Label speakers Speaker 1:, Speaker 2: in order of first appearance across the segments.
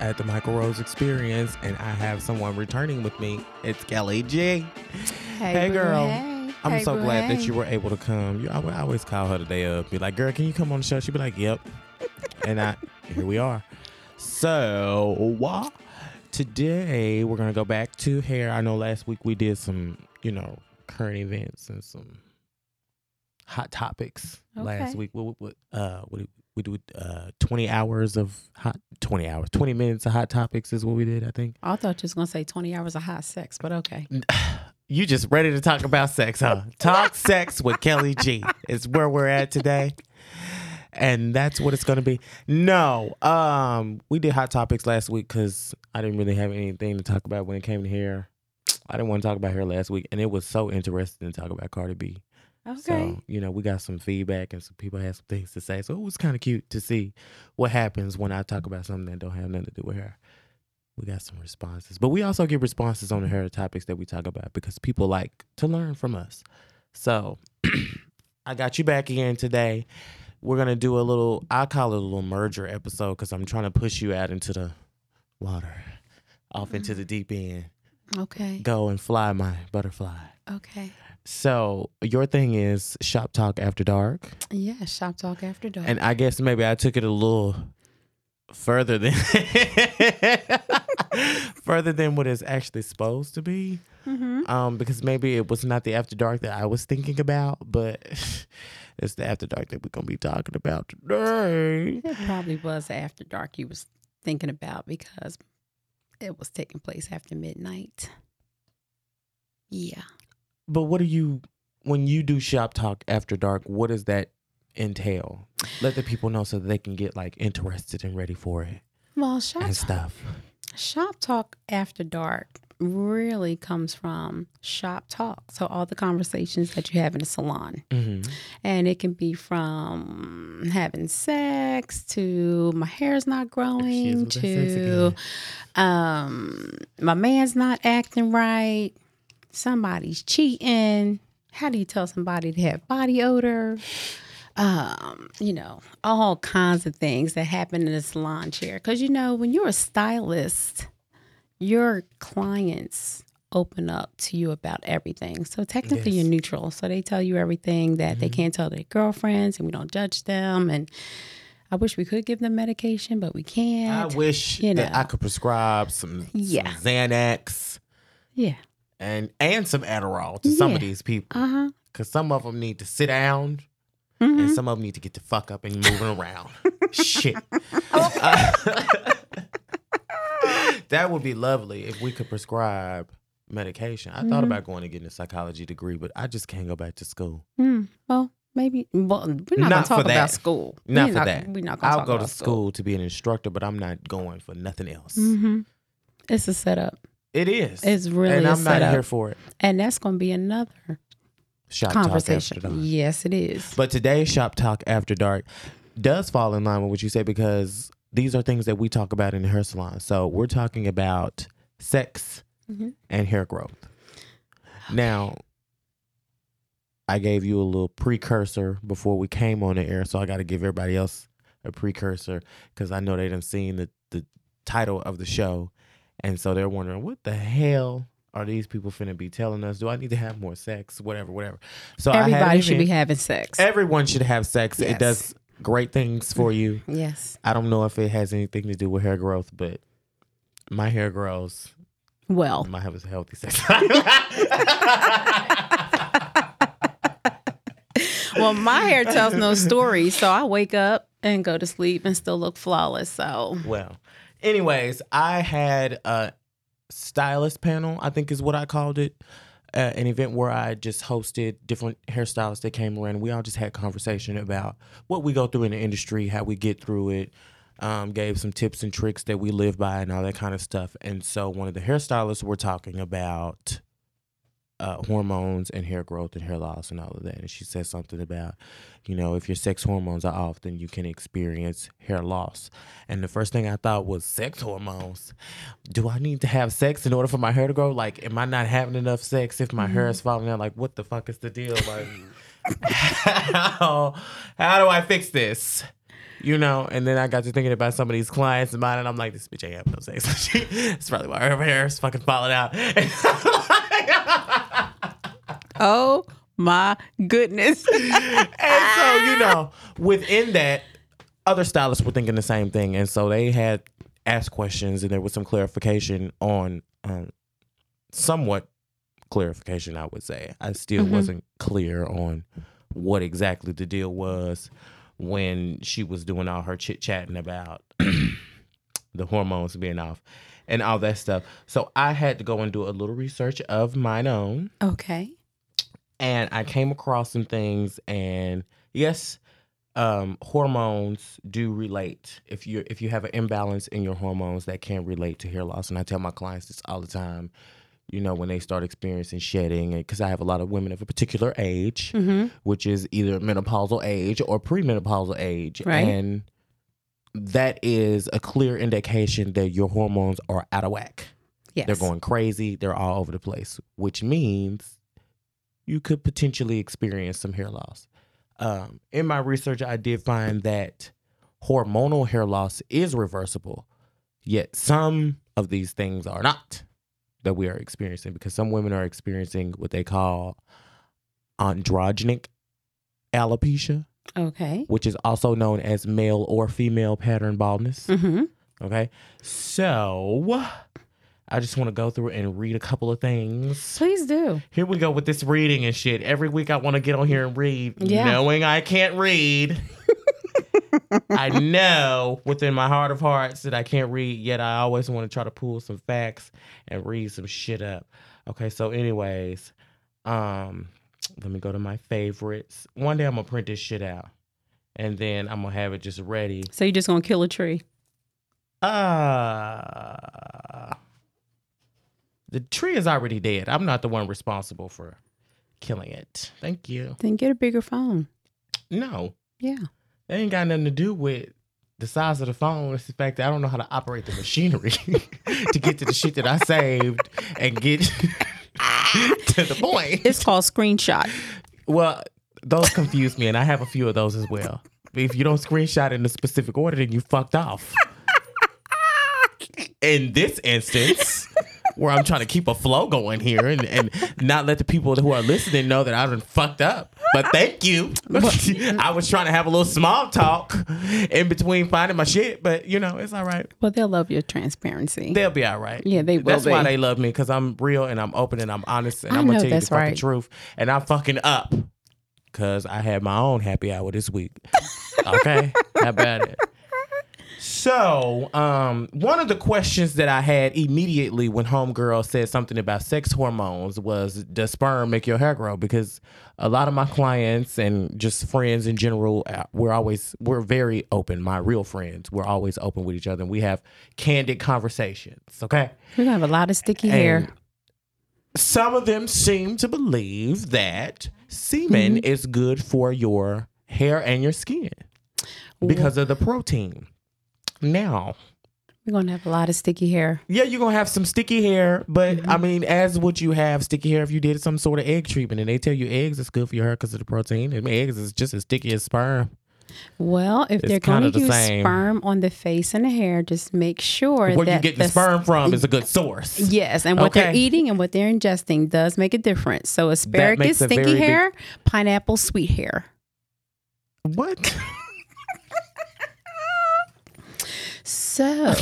Speaker 1: at the Michael Rose Experience, and I have someone returning with me. It's Kelly G.
Speaker 2: Hey, boo,
Speaker 1: girl.
Speaker 2: hey.
Speaker 1: I'm
Speaker 2: Hey,
Speaker 1: so
Speaker 2: boo,
Speaker 1: glad that
Speaker 2: hey.
Speaker 1: you were able to come. You, I would always call her the day of, be like, "Girl, can you come on the show?" She'd be like, "Yep," and I here we are. So wha- today we're gonna go back to hair. I know last week we did some, you know, current events and some hot topics last
Speaker 2: Okay.
Speaker 1: week. What, what, what, uh, what did we do? Uh, twenty hours of hot, twenty hours, twenty minutes of hot topics is what we did. I think
Speaker 2: I thought you was gonna say twenty hours of high sex, but okay.
Speaker 1: you just ready to talk about sex, huh? Talk sex with Kelly G is where we're at today. And that's what it's gonna be. No, um, we did hot topics last week because I didn't really have anything to talk about when it came to hair. I didn't want to talk about hair last week, and it was so interesting to talk about Cardi B. So, you know, we got some feedback and some people had some things to say. So it was kind of cute to see what happens when I talk about something that don't have nothing to do with her. We got some responses. But we also get responses on the hair topics that we talk about because people like to learn from us. So I got you back again today. We're gonna do a little I call it a little merger episode because I'm trying to push you out into the water. Off into the deep end.
Speaker 2: okay.
Speaker 1: Go and fly my butterfly.
Speaker 2: Okay.
Speaker 1: So your thing is shop talk after dark.
Speaker 2: Yeah. Shop talk after dark.
Speaker 1: And I guess maybe I took it a little further than further than what it's actually supposed to be.
Speaker 2: mm-hmm.
Speaker 1: Um, because maybe it was not the after dark that I was thinking about, but it's the after dark that we're gonna be talking about today.
Speaker 2: It probably was after dark you was thinking about because it was taking place after midnight. Yeah.
Speaker 1: But what do you when you do shop talk after dark, what does that entail? Let the people know so that they can get like interested and ready for it
Speaker 2: Well, shop
Speaker 1: and
Speaker 2: talk-
Speaker 1: stuff.
Speaker 2: Shop Talk After Dark really comes from shop talk. So all the conversations that you have in the salon.
Speaker 1: hmm
Speaker 2: And it can be from having sex to my hair's not
Speaker 1: She's
Speaker 2: growing
Speaker 1: with that sex
Speaker 2: to
Speaker 1: again.
Speaker 2: um my man's not acting right, somebody's cheating. How do you tell somebody to have body odor? Um, you know, all kinds of things that happen in a salon chair. Cause you know, when you're a stylist, your clients open up to you about everything. So technically
Speaker 1: Yes. Mm-hmm.
Speaker 2: you're neutral. So they tell you everything that they can't tell their girlfriends and we don't judge them. And I wish we could give them medication, but we
Speaker 1: I
Speaker 2: can't.
Speaker 1: wish
Speaker 2: you
Speaker 1: that
Speaker 2: know.
Speaker 1: I could prescribe some,
Speaker 2: Yeah.
Speaker 1: some Xanax
Speaker 2: yeah.
Speaker 1: and and some Adderall to some of
Speaker 2: Yeah.
Speaker 1: these people
Speaker 2: Uh-huh.
Speaker 1: because some of them need to sit down
Speaker 2: Mhm.
Speaker 1: and some of them need to get the fuck up and moving around. Shit. that would be lovely if we could prescribe medication. I thought
Speaker 2: Mhm.
Speaker 1: about going and getting a psychology degree, but I just can't go back to school.
Speaker 2: Mm, well, maybe. Well, we're not,
Speaker 1: Not for
Speaker 2: gonna talk
Speaker 1: that.
Speaker 2: about school.
Speaker 1: Not
Speaker 2: we're
Speaker 1: for that.
Speaker 2: We're not gonna
Speaker 1: I'll
Speaker 2: talk
Speaker 1: go to
Speaker 2: about
Speaker 1: school to be an instructor, but I'm not going for nothing else.
Speaker 2: hmm It's a setup.
Speaker 1: It is.
Speaker 2: It's really
Speaker 1: and
Speaker 2: a
Speaker 1: I'm not
Speaker 2: setup,
Speaker 1: here for it.
Speaker 2: and that's gonna be another
Speaker 1: Shop talk after
Speaker 2: conversation.
Speaker 1: dark.
Speaker 2: yes, it is.
Speaker 1: But today's Shop Talk After Dark does fall in line with what you say because these are things that we talk about in the hair salon. So we're talking about sex
Speaker 2: Mhm.
Speaker 1: and hair growth. Now, I gave you a little precursor before we came on the air, so I got to give everybody else a precursor because I know they done seen the, the title of the show. And so they're wondering, what the hell are these people finna be telling us? Do I need to have more sex? Whatever, whatever. So I had Eh.
Speaker 2: Everybody should
Speaker 1: even-
Speaker 2: be having sex.
Speaker 1: Everyone should have sex. It
Speaker 2: Yes.
Speaker 1: does great things for you.
Speaker 2: yes.
Speaker 1: I don't know if it has anything to do with hair growth, but my hair grows.
Speaker 2: Well,
Speaker 1: My have a healthy sex.
Speaker 2: well, my hair tells no story, so I wake up and go to sleep and still look flawless. So
Speaker 1: well, anyways, I had a stylist panel, I think is what I called it. Uh, an event where I just hosted different hairstylists that came around. We all just had conversation about what we go through in the industry, how we get through it. Um, gave some tips and tricks that we live by and all that kind of stuff. And so one of the hairstylists were talking about uh, hormones and hair growth and hair loss and all of that. And she said something about, you know, if your sex hormones are off, then you can experience hair loss. And the first thing I thought was sex hormones. Do I need to have sex in order for my hair to grow? Like, am I not having enough sex if my hair is falling out? Like, what the fuck is the deal? Like, how, how do I fix this? you know. And then I got to thinking about some of these clients of mine, and I'm like, this bitch ain't have no sex. She- That's probably why her hair is fucking falling out.
Speaker 2: Oh my goodness.
Speaker 1: and so you know, within that, other stylists were thinking the same thing, and so they had asked questions, and there was some clarification on, um, somewhat clarification, I would say. I still
Speaker 2: Mhm.
Speaker 1: wasn't clear on what exactly the deal was when she was doing all her chit chatting about the hormones being off and all that stuff. So I had to go and do a little research of mine own
Speaker 2: okay.
Speaker 1: and I came across some things and yes, um, hormones do relate. If you if you have an imbalance in your hormones, that can relate to hair loss. And I tell my clients this all the time. You know, when they start experiencing shedding, because I have a lot of women of a particular age,
Speaker 2: Mm-hmm.
Speaker 1: which is either menopausal age or premenopausal age,
Speaker 2: Right.
Speaker 1: and that is a clear indication that your hormones are out of whack.
Speaker 2: Yes.
Speaker 1: They're going crazy. They're all over the place, which means you could potentially experience some hair loss. Um, in my research, I did find that hormonal hair loss is reversible, yet some of these things are not that we are experiencing because some women are experiencing what they call androgenic alopecia,
Speaker 2: Okay.
Speaker 1: which is also known as male or female pattern baldness.
Speaker 2: Mm-hmm.
Speaker 1: Okay. So I just want to go through and read a couple of things.
Speaker 2: Please do.
Speaker 1: Here we go with this reading and shit. Every week I want to get on here and read,
Speaker 2: Yeah.
Speaker 1: knowing I can't read. I know within my heart of hearts that I can't read, yet I always want to try to pull some facts and read some shit up. Okay, so anyways, um, let me go to my favorites. One day I'm gonna print this shit out, and then I'm gonna have it just ready.
Speaker 2: So you're just gonna kill a tree?
Speaker 1: Uh, the tree is already dead. I'm not the one responsible for killing it. Thank you.
Speaker 2: Then get a bigger phone.
Speaker 1: No,
Speaker 2: Yeah.
Speaker 1: that ain't got nothing to do with the size of the phone. It's the fact that I don't know how to operate the machinery to get to the shit that I saved and get to the point.
Speaker 2: It's called screenshot.
Speaker 1: Well, those confuse me, and I have a few of those as well. If you don't screenshot in a specific order, then you fucked off. In this instance, where I'm trying to keep a flow going here and, and not let the people who are listening know that I done fucked up. But thank you. I was trying to have a little small talk in between finding my shit, but you know, it's all right.
Speaker 2: Well, they'll love your transparency.
Speaker 1: They'll be all right.
Speaker 2: Yeah, they will
Speaker 1: That's why
Speaker 2: be.
Speaker 1: they love me because I'm real and I'm open and I'm honest and
Speaker 2: I
Speaker 1: I'm gonna
Speaker 2: know
Speaker 1: tell you the
Speaker 2: that's
Speaker 1: fucking
Speaker 2: right.
Speaker 1: truth. And I'm fucking up because I had my own happy hour this week. okay, how about it? So, um, one of the questions that I had immediately when Homegirl said something about sex hormones was, "Does sperm make your hair grow?" Because a lot of my clients and just friends in general, uh, we're always we're very open. My real friends, we're always open with each other, and we have candid conversations. Okay,
Speaker 2: We're gonna have a lot of sticky hair.
Speaker 1: and some of them seem to believe that semen
Speaker 2: Mm-hmm.
Speaker 1: is good for your hair and your skin because of the protein. Now,
Speaker 2: We're gonna have a lot of sticky hair.
Speaker 1: yeah, you're gonna have some sticky hair, but
Speaker 2: Mm-hmm.
Speaker 1: I mean, as what you have sticky hair if you did some sort of egg treatment, and they tell you eggs is good for your hair because of the protein. I mean, eggs is just as sticky as sperm.
Speaker 2: Well, if
Speaker 1: It's
Speaker 2: they're
Speaker 1: kinda
Speaker 2: gonna
Speaker 1: the
Speaker 2: use
Speaker 1: same.
Speaker 2: sperm on the face and the hair, just make sure
Speaker 1: Where
Speaker 2: that
Speaker 1: you get the
Speaker 2: s-
Speaker 1: sperm from is a good source.
Speaker 2: Yes, and what they're
Speaker 1: Okay.
Speaker 2: eating and what they're ingesting does make a difference. So asparagus,
Speaker 1: makes a
Speaker 2: sticky
Speaker 1: very big-
Speaker 2: hair, pineapple, sweet hair.
Speaker 1: What?
Speaker 2: So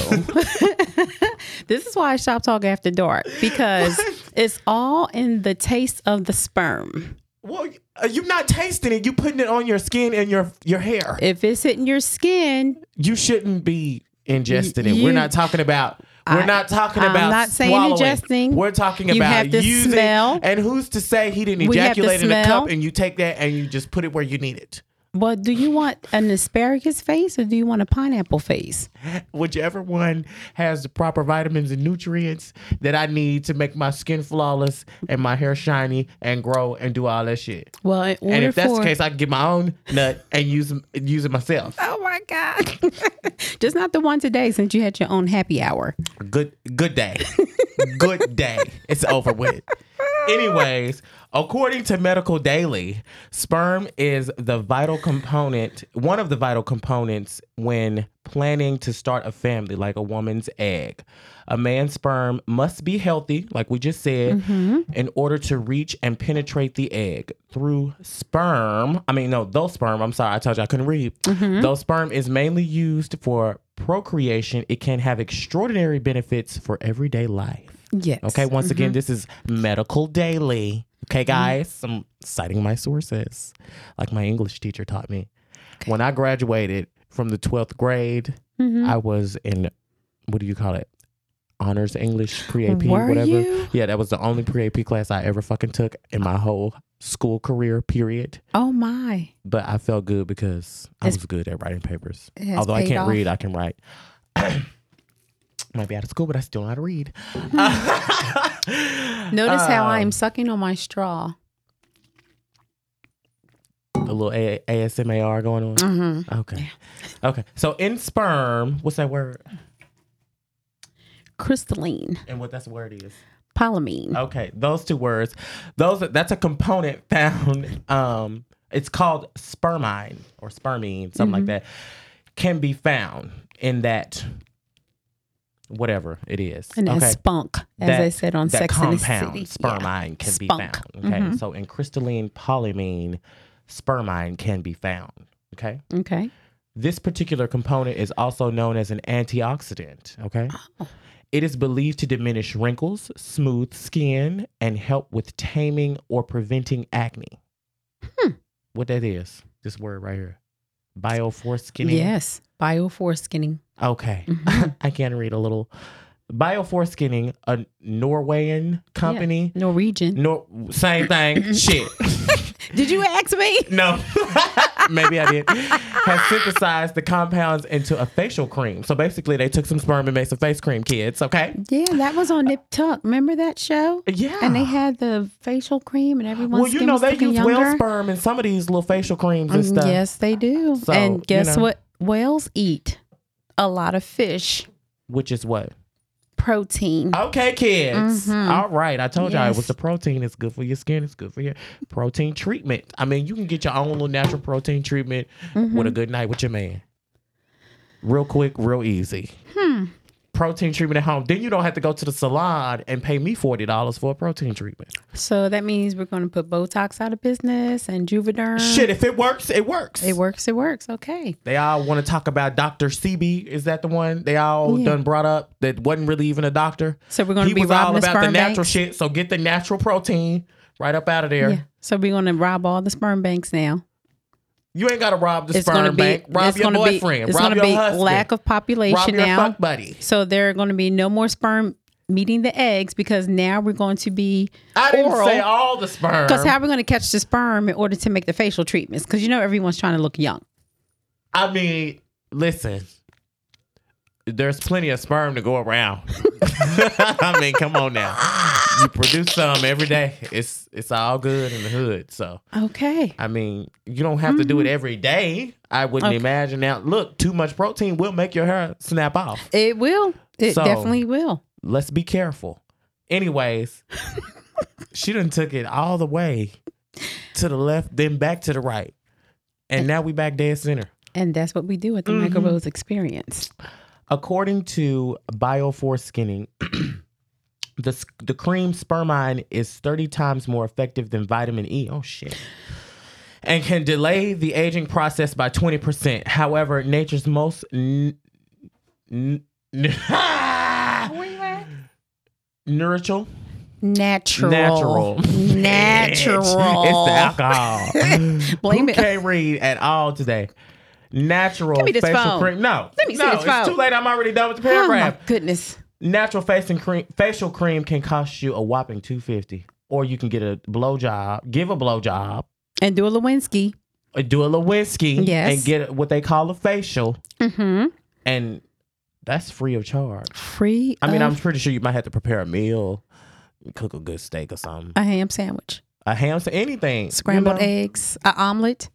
Speaker 2: this is why I shop talk after dark because it's all in the taste of the sperm.
Speaker 1: well, uh, you're not tasting it. You're putting it on your skin and your your hair.
Speaker 2: If it's hitting your skin,
Speaker 1: you shouldn't be ingesting it.
Speaker 2: You-
Speaker 1: We're not talking about. We're
Speaker 2: I-
Speaker 1: not talking
Speaker 2: I'm
Speaker 1: about
Speaker 2: not saying
Speaker 1: swallowing.
Speaker 2: ingesting.
Speaker 1: We're talking
Speaker 2: You
Speaker 1: about
Speaker 2: have to
Speaker 1: using.
Speaker 2: smell.
Speaker 1: And who's to say he didn't
Speaker 2: We have to
Speaker 1: ejaculate in a
Speaker 2: smell.
Speaker 1: cup and you take that and you just put it where you need it?
Speaker 2: well, do you want an asparagus face or do you want a pineapple face?
Speaker 1: Whichever one has the proper vitamins and nutrients that I need to make my skin flawless and my hair shiny and grow and do all that shit.
Speaker 2: Well, in order
Speaker 1: And if that's
Speaker 2: for
Speaker 1: the case, I can get my own nut and use use it myself.
Speaker 2: oh my god, just not the one today since you had your own happy hour.
Speaker 1: good good day good day it's over with anyways According to Medical Daily, sperm is the vital component, one of the vital components when planning to start a family, like a woman's egg. A man's sperm must be healthy, like we just said, in order to reach and penetrate the egg. Through sperm, I mean, no, those sperm, I'm sorry, I told you I couldn't read. Though sperm is mainly used for procreation, it can have extraordinary benefits for everyday life.
Speaker 2: Yes.
Speaker 1: Okay, once
Speaker 2: Mm-hmm.
Speaker 1: again, this is Medical Daily. Okay, guys, I'm citing my sources, like my English teacher taught me. When I graduated from the 12th grade,
Speaker 2: Mm-hmm.
Speaker 1: I was in, what do you call it? Honors English, pre AP,
Speaker 2: Were
Speaker 1: whatever.
Speaker 2: you?
Speaker 1: Yeah, that was the only pre AP class I ever fucking took in my whole school career, period.
Speaker 2: Oh my.
Speaker 1: But I felt good because I
Speaker 2: It's-
Speaker 1: was good at writing papers.
Speaker 2: It has
Speaker 1: Although I
Speaker 2: paid
Speaker 1: can't
Speaker 2: off.
Speaker 1: read, I can write. Might be out of school, but I still know how to read.
Speaker 2: Notice how I
Speaker 1: Um,
Speaker 2: am sucking on my straw.
Speaker 1: Um, a little a- ASMR going on.
Speaker 2: Mm-hmm.
Speaker 1: Okay, okay. So in sperm, what's that word?
Speaker 2: Crystalline,
Speaker 1: And what that word is?
Speaker 2: polyamine.
Speaker 1: Okay, those two words. Those that's a component found. Um, it's called spermine or spermine, something like
Speaker 2: Mm-hmm.
Speaker 1: that. Can be found in that whatever it is.
Speaker 2: and a spunk, as
Speaker 1: That-
Speaker 2: I said on
Speaker 1: that
Speaker 2: Sex and the
Speaker 1: compound
Speaker 2: City. Yeah.
Speaker 1: spermine can be
Speaker 2: Spunk. Mm-hmm.
Speaker 1: found. Okay, so in crystalline polyamine, spermine can be found. Okay,
Speaker 2: Mm-hmm. Okay.
Speaker 1: this particular component is also known as an antioxidant. Okay, it is believed to diminish wrinkles, smooth skin, and help with taming or preventing acne. What that is? This word right here, bio foreskinning.
Speaker 2: Yes. Bio foreskinning.
Speaker 1: Okay. I can read a little. Bio foreskinning, a Norwegian company.
Speaker 2: Norwegian.
Speaker 1: No, same thing. Shit.
Speaker 2: Did you ask me?
Speaker 1: No. Maybe I did. Has synthesized the compounds into a facial cream. So basically, they took some sperm and made some face cream, kids. Okay.
Speaker 2: Yeah, that was on Nip Tuck. Remember that show?
Speaker 1: Yeah.
Speaker 2: And they had the facial cream and everyone's
Speaker 1: well, you
Speaker 2: skin
Speaker 1: know,
Speaker 2: was
Speaker 1: they
Speaker 2: looking
Speaker 1: use
Speaker 2: younger.
Speaker 1: whale sperm in some of these little facial creams and
Speaker 2: Mm,
Speaker 1: stuff.
Speaker 2: Yes, they do.
Speaker 1: So, you
Speaker 2: and guess
Speaker 1: know.
Speaker 2: what? Whales eat a lot of fish
Speaker 1: Which is what?
Speaker 2: protein.
Speaker 1: Okay, kids.
Speaker 2: Mhm.
Speaker 1: All right. I told y'all it
Speaker 2: Yes.
Speaker 1: was the protein. It's good for your skin. It's good for your protein treatment. I mean, you can get your own little natural protein treatment
Speaker 2: Mm-hmm.
Speaker 1: with a good night with your man. Real quick, real easy.
Speaker 2: Hmm.
Speaker 1: Protein treatment at home. Then you don't have to go to the salon and pay me forty dollars for a protein treatment.
Speaker 2: So that means we're going to put Botox out of business and Juvederm.
Speaker 1: Shit, if it works, it works.
Speaker 2: Uh. It works. It works. Okay.
Speaker 1: They all want to talk about Doctor CB. Is that the one they all
Speaker 2: Yeah.
Speaker 1: done brought up that wasn't really even a doctor?
Speaker 2: So we're going
Speaker 1: he
Speaker 2: to be
Speaker 1: was
Speaker 2: robbing
Speaker 1: all
Speaker 2: the
Speaker 1: about the
Speaker 2: sperm
Speaker 1: natural
Speaker 2: banks.
Speaker 1: shit. So get the natural protein right up out of there.
Speaker 2: Yeah. So we're going to rob all the sperm banks now.
Speaker 1: You ain't gotta rob the
Speaker 2: It's going to
Speaker 1: sperm
Speaker 2: be
Speaker 1: bank. Rob
Speaker 2: it's
Speaker 1: your
Speaker 2: gonna be-
Speaker 1: boyfriend.
Speaker 2: it's
Speaker 1: rob
Speaker 2: gonna
Speaker 1: your
Speaker 2: be
Speaker 1: husband.
Speaker 2: lack of population
Speaker 1: rob your
Speaker 2: now.
Speaker 1: fuck buddy.
Speaker 2: So there are going to be no more sperm meeting the eggs because now we're going to be
Speaker 1: I didn't
Speaker 2: oral.
Speaker 1: say all the sperm.
Speaker 2: Because how are we going to catch the sperm in order to make the facial treatments? Because you know everyone's trying to look young.
Speaker 1: I mean, listen. There's plenty of sperm to go around. I mean, come on now. You produce some every day. It's it's all good in the hood. So
Speaker 2: Okay.
Speaker 1: I mean, you don't have to do it every day. I wouldn't
Speaker 2: Mm-hmm. Okay.
Speaker 1: imagine. Now, look, too much protein will make your hair snap off.
Speaker 2: It will. It
Speaker 1: So-
Speaker 2: definitely will.
Speaker 1: let's be careful. Anyways, she done took it all the way to the left, then back to the right. And now we back dead center.
Speaker 2: And that's what we do at the Michael Rose experience.
Speaker 1: According to Bioforce Skinning, the, s- the cream spermine is 30 times more effective than vitamin E. Oh, shit. And can delay the aging process by 20%. However, nature's most. N- n- Nourishal?
Speaker 2: Natural.
Speaker 1: Natural. Bitch.
Speaker 2: Natural.
Speaker 1: It's the alcohol.
Speaker 2: Blame
Speaker 1: Who
Speaker 2: it.
Speaker 1: can't read at all today. Natural
Speaker 2: Give me this
Speaker 1: facial
Speaker 2: phone.
Speaker 1: cream. No.
Speaker 2: Let me see
Speaker 1: no,
Speaker 2: this
Speaker 1: it's
Speaker 2: phone.
Speaker 1: too late. I'm already done with the
Speaker 2: Oh my
Speaker 1: paragraph.
Speaker 2: goodness.
Speaker 1: Natural facing cream facial cream can cost you a whopping 250 or you can get a blowjob, give a blowjob,
Speaker 2: And do a Lewinsky.
Speaker 1: or do a Lewinsky
Speaker 2: Yes.
Speaker 1: and get what they call a facial
Speaker 2: Mm-hmm.
Speaker 1: and that's free of charge.
Speaker 2: Free.
Speaker 1: I mean,
Speaker 2: of
Speaker 1: I'm pretty sure you might have to prepare a meal, cook a good steak or something.
Speaker 2: a ham sandwich,
Speaker 1: A ham, anything. you
Speaker 2: scrambled
Speaker 1: know?
Speaker 2: eggs, an omelet.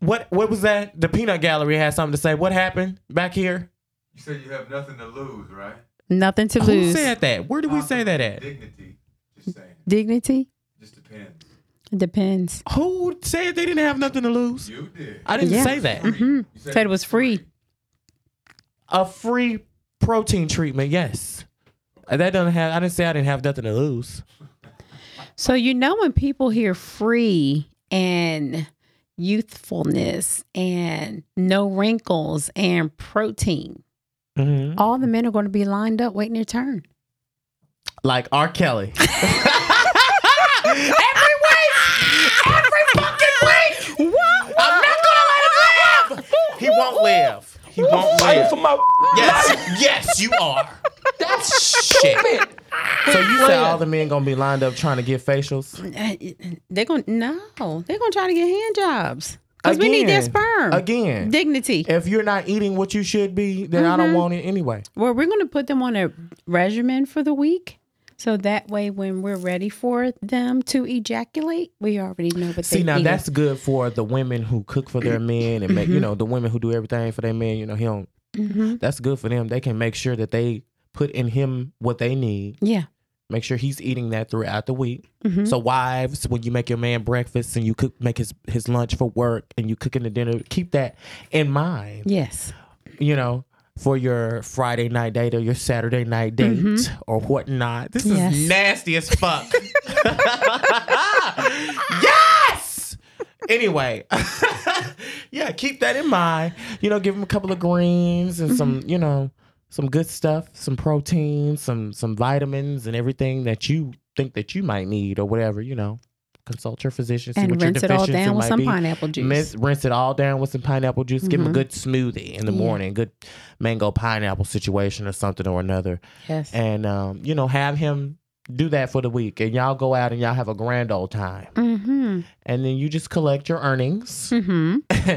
Speaker 1: What what was that? The peanut gallery had something to say. What happened back here?
Speaker 3: You said you have nothing to lose, right?
Speaker 2: Nothing to
Speaker 1: Who
Speaker 2: lose.
Speaker 1: said that? Where did we say that at?
Speaker 3: Dignity. Just saying.
Speaker 2: dignity?
Speaker 3: Just depends.
Speaker 2: It depends.
Speaker 1: Who said they didn't have nothing to lose?
Speaker 3: You did.
Speaker 1: I didn't Mhm.
Speaker 2: Yeah.
Speaker 1: say that.
Speaker 2: hmm
Speaker 3: You
Speaker 2: Said it was free.
Speaker 1: A free protein treatment, yes. And That doesn't have. I didn't say I didn't have nothing to lose.
Speaker 2: So you know when people hear free and youthfulness and no wrinkles and protein,
Speaker 1: Mm-hmm.
Speaker 2: all the men are going to be lined up waiting their turn.
Speaker 1: Like R. Kelly. every week, every fucking week. I'm not gonna let him live. He won't live. He won't live.
Speaker 3: my
Speaker 1: Yes, yes, you are. That's shit. So you say all the men gonna be lined up trying to get facials?
Speaker 2: Uh, They're going to, no, they're going to try to get hand jobs because we need their
Speaker 1: Again.
Speaker 2: sperm.
Speaker 1: Again,
Speaker 2: Dignity.
Speaker 1: if you're not eating what you should be, then I don't want it anyway.
Speaker 2: Well, we're going to put them on a regimen for the week. So that way, when we're ready for them to ejaculate, we already know what
Speaker 1: See,
Speaker 2: they
Speaker 1: now
Speaker 2: eat.
Speaker 1: that's good for the women who cook for their men and make you know the women who do everything for their men. You know, he don't.
Speaker 2: Mhm.
Speaker 1: That's good for them. They can make sure that they put in him what they need.
Speaker 2: Yeah.
Speaker 1: Make sure he's eating that throughout the week.
Speaker 2: Mhm.
Speaker 1: So wives, when you make your man breakfast and you cook make his his lunch for work and you cooking the dinner, keep that in mind.
Speaker 2: Yes.
Speaker 1: you know, for your Friday night date or your Saturday night date or whatnot. This
Speaker 2: Mm-hmm. Yes.
Speaker 1: is nasty as fuck. yes. Anyway, yeah, keep that in mind. You know, give them a couple of greens and some,
Speaker 2: Mm-hmm.
Speaker 1: you know, some good stuff, some protein, some some vitamins, and everything that you think that you might need or whatever. You know, consult your physician, see
Speaker 2: And
Speaker 1: what your
Speaker 2: rinse it all
Speaker 1: deficiency
Speaker 2: down with
Speaker 1: might
Speaker 2: some
Speaker 1: be.
Speaker 2: pineapple juice.
Speaker 1: Mince, rinse it all down with some pineapple juice. Give him a
Speaker 2: Mhm.
Speaker 1: good smoothie in the
Speaker 2: Yeah.
Speaker 1: morning, good mango pineapple situation or something or another.
Speaker 2: yes.
Speaker 1: And um, you know, have him do that for the week, and y'all go out and y'all have a grand old time.
Speaker 2: Mm-hmm.
Speaker 1: And then you just collect your earnings
Speaker 2: Mm-hmm.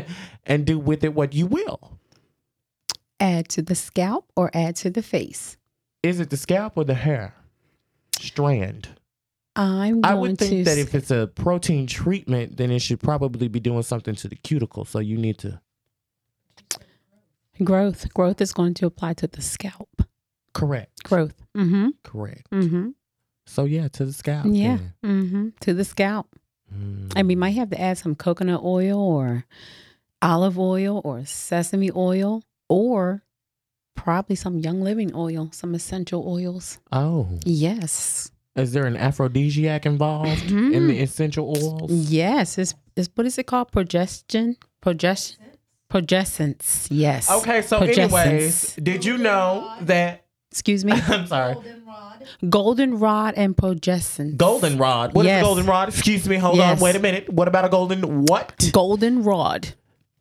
Speaker 1: and do with it what you will.
Speaker 2: Add to the scalp or add to the face.
Speaker 1: Is it the scalp or the hair strand?
Speaker 2: I'm going
Speaker 1: I would
Speaker 2: to
Speaker 1: think that
Speaker 2: s-
Speaker 1: if it's a protein treatment, then it should probably be doing something to the cuticle. So you need to
Speaker 2: growth. Growth is going to apply to the scalp.
Speaker 1: correct,
Speaker 2: Growth. Mm-hmm.
Speaker 1: correct.
Speaker 2: Mm-hmm.
Speaker 1: So yeah, to the scalp.
Speaker 2: Yeah.
Speaker 1: then.
Speaker 2: Mm-hmm. To the scalp.
Speaker 1: Mm.
Speaker 2: And we might have to add some coconut oil or olive oil or sesame oil or probably some young living oil, some essential oils.
Speaker 1: Oh,
Speaker 2: Yes.
Speaker 1: is there an aphrodisiac involved in
Speaker 2: Mm-hmm.
Speaker 1: the essential oils?
Speaker 2: Yes. It's, it's what is it called? Progestin? Progest Progessence. Yes.
Speaker 1: Okay, so
Speaker 2: Progessence.
Speaker 1: anyways, did you know that?
Speaker 2: Excuse me.
Speaker 1: I'm sorry,
Speaker 2: Goldenrod and progessence.
Speaker 1: goldenrod. What is
Speaker 2: Yes.
Speaker 1: goldenrod? Excuse me. Hold
Speaker 2: Yes.
Speaker 1: on. Wait a minute. What about a golden what?
Speaker 2: Goldenrod.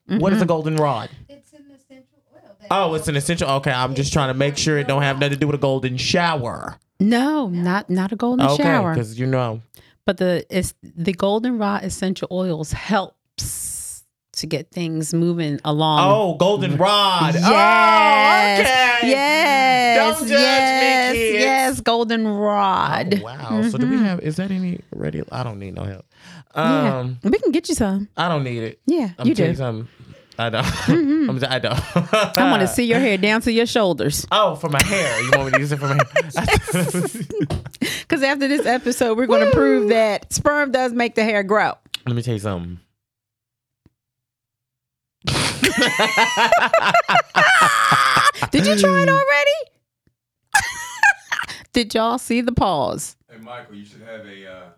Speaker 1: What
Speaker 2: Mm-hmm.
Speaker 1: is a goldenrod?
Speaker 4: It's an essential oil. that
Speaker 1: Oh, it's an essential. Okay, I'm just trying to make sure it don't have nothing to do with a golden shower.
Speaker 2: No, not not a golden
Speaker 1: Okay,
Speaker 2: shower.
Speaker 1: because you know.
Speaker 2: But the it's the goldenrod essential oils helps to get things moving along.
Speaker 1: Oh, goldenrod. Oh, okay.
Speaker 2: Yes.
Speaker 1: Don't judge me,
Speaker 2: yes.
Speaker 1: kids.
Speaker 2: Yes. Goldenrod.
Speaker 1: Oh, wow. So do we have? Is that any ready? I don't need no help. Um,
Speaker 2: Mm-hmm. yeah. We can get you some.
Speaker 1: I don't need it.
Speaker 2: Yeah.
Speaker 1: I'm
Speaker 2: you
Speaker 1: telling
Speaker 2: do. Mm-hmm.
Speaker 1: you something. I don't. I'm just, I don't.
Speaker 2: I want to see your hair down to your shoulders.
Speaker 1: Oh, for my hair. You want me to use it for my hair?
Speaker 2: Because after this episode, we're going to prove that sperm does make the hair grow.
Speaker 1: Let me tell you something.
Speaker 2: Did you try
Speaker 1: Mm.
Speaker 2: it already? Did y'all see the pause?
Speaker 3: Hey, Michael, you should have a uh,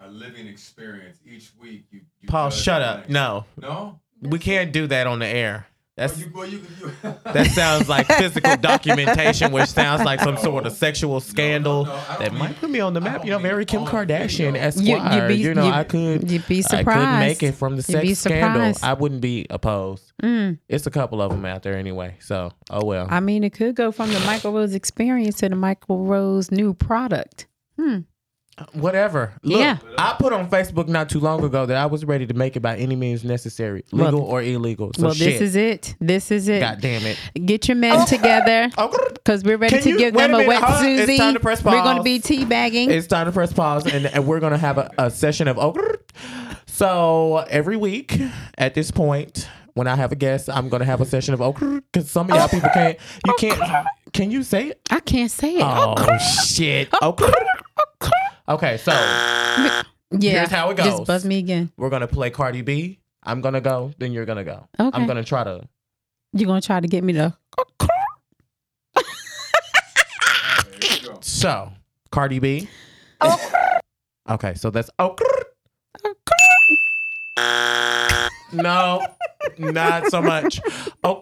Speaker 3: a living experience each week. You, you
Speaker 1: Paul,
Speaker 3: judge
Speaker 1: shut
Speaker 3: the
Speaker 1: up.
Speaker 3: next-
Speaker 1: No,
Speaker 3: No.
Speaker 1: we can't do that on the air. That's
Speaker 3: Well, you, well, you, you,
Speaker 1: that sounds like physical documentation, which sounds like some sort of sexual scandal
Speaker 3: no, I don't
Speaker 1: that
Speaker 3: mean-
Speaker 1: might put me on the
Speaker 3: I
Speaker 1: map.
Speaker 3: don't
Speaker 1: You know,
Speaker 3: mean
Speaker 1: very Kim
Speaker 3: on
Speaker 1: Kardashian
Speaker 3: video.
Speaker 1: Esquire. You,
Speaker 2: be-
Speaker 1: know,
Speaker 2: you-
Speaker 1: I could.
Speaker 2: You'd be
Speaker 1: I
Speaker 2: surprised.
Speaker 1: could make it from the
Speaker 2: You'd be
Speaker 1: sex scandal.
Speaker 2: surprised.
Speaker 1: I wouldn't be opposed.
Speaker 2: Mm.
Speaker 1: It's a couple of them out there anyway. So, oh well.
Speaker 2: I mean, it could go from the Michael Rose experience to the Michael Rose new product. Hmm.
Speaker 1: Whatever. Look,
Speaker 2: Yeah.
Speaker 1: I put on Facebook not too long ago that I was ready to make it by any means necessary,
Speaker 2: Well-
Speaker 1: legal or illegal. So
Speaker 2: well,
Speaker 1: shit.
Speaker 2: this is it. This is it.
Speaker 1: God damn it. Oh.
Speaker 2: Get your men together because we're ready
Speaker 1: Can
Speaker 2: to
Speaker 1: you-
Speaker 2: give
Speaker 1: wait
Speaker 2: them
Speaker 1: a
Speaker 2: a,
Speaker 1: minute,
Speaker 2: wet
Speaker 1: hold on. It's
Speaker 2: Susie.
Speaker 1: time to press
Speaker 2: We're going
Speaker 1: pause.
Speaker 2: to be teabagging.
Speaker 1: It's time to press pause, and, and we're gonna have a, a session of oh. So every week at this point, when I have a guest, I'm gonna have a session of oh, because some of y'all people can't. You
Speaker 2: Oh,
Speaker 1: can't. Can you say it?
Speaker 2: I can't say it.
Speaker 1: Oh shit. Oh. Okay, so
Speaker 2: Yeah.
Speaker 1: Here's how it
Speaker 2: Just
Speaker 1: goes.
Speaker 2: buzz me again.
Speaker 1: we're gonna play Cardi B. I'm gonna go, then you're gonna go.
Speaker 2: Okay.
Speaker 1: I'm gonna try to.
Speaker 2: You're gonna try to get me to
Speaker 3: There you go.
Speaker 1: So Cardi B. okay, so that's oh. no, not so much. Oh.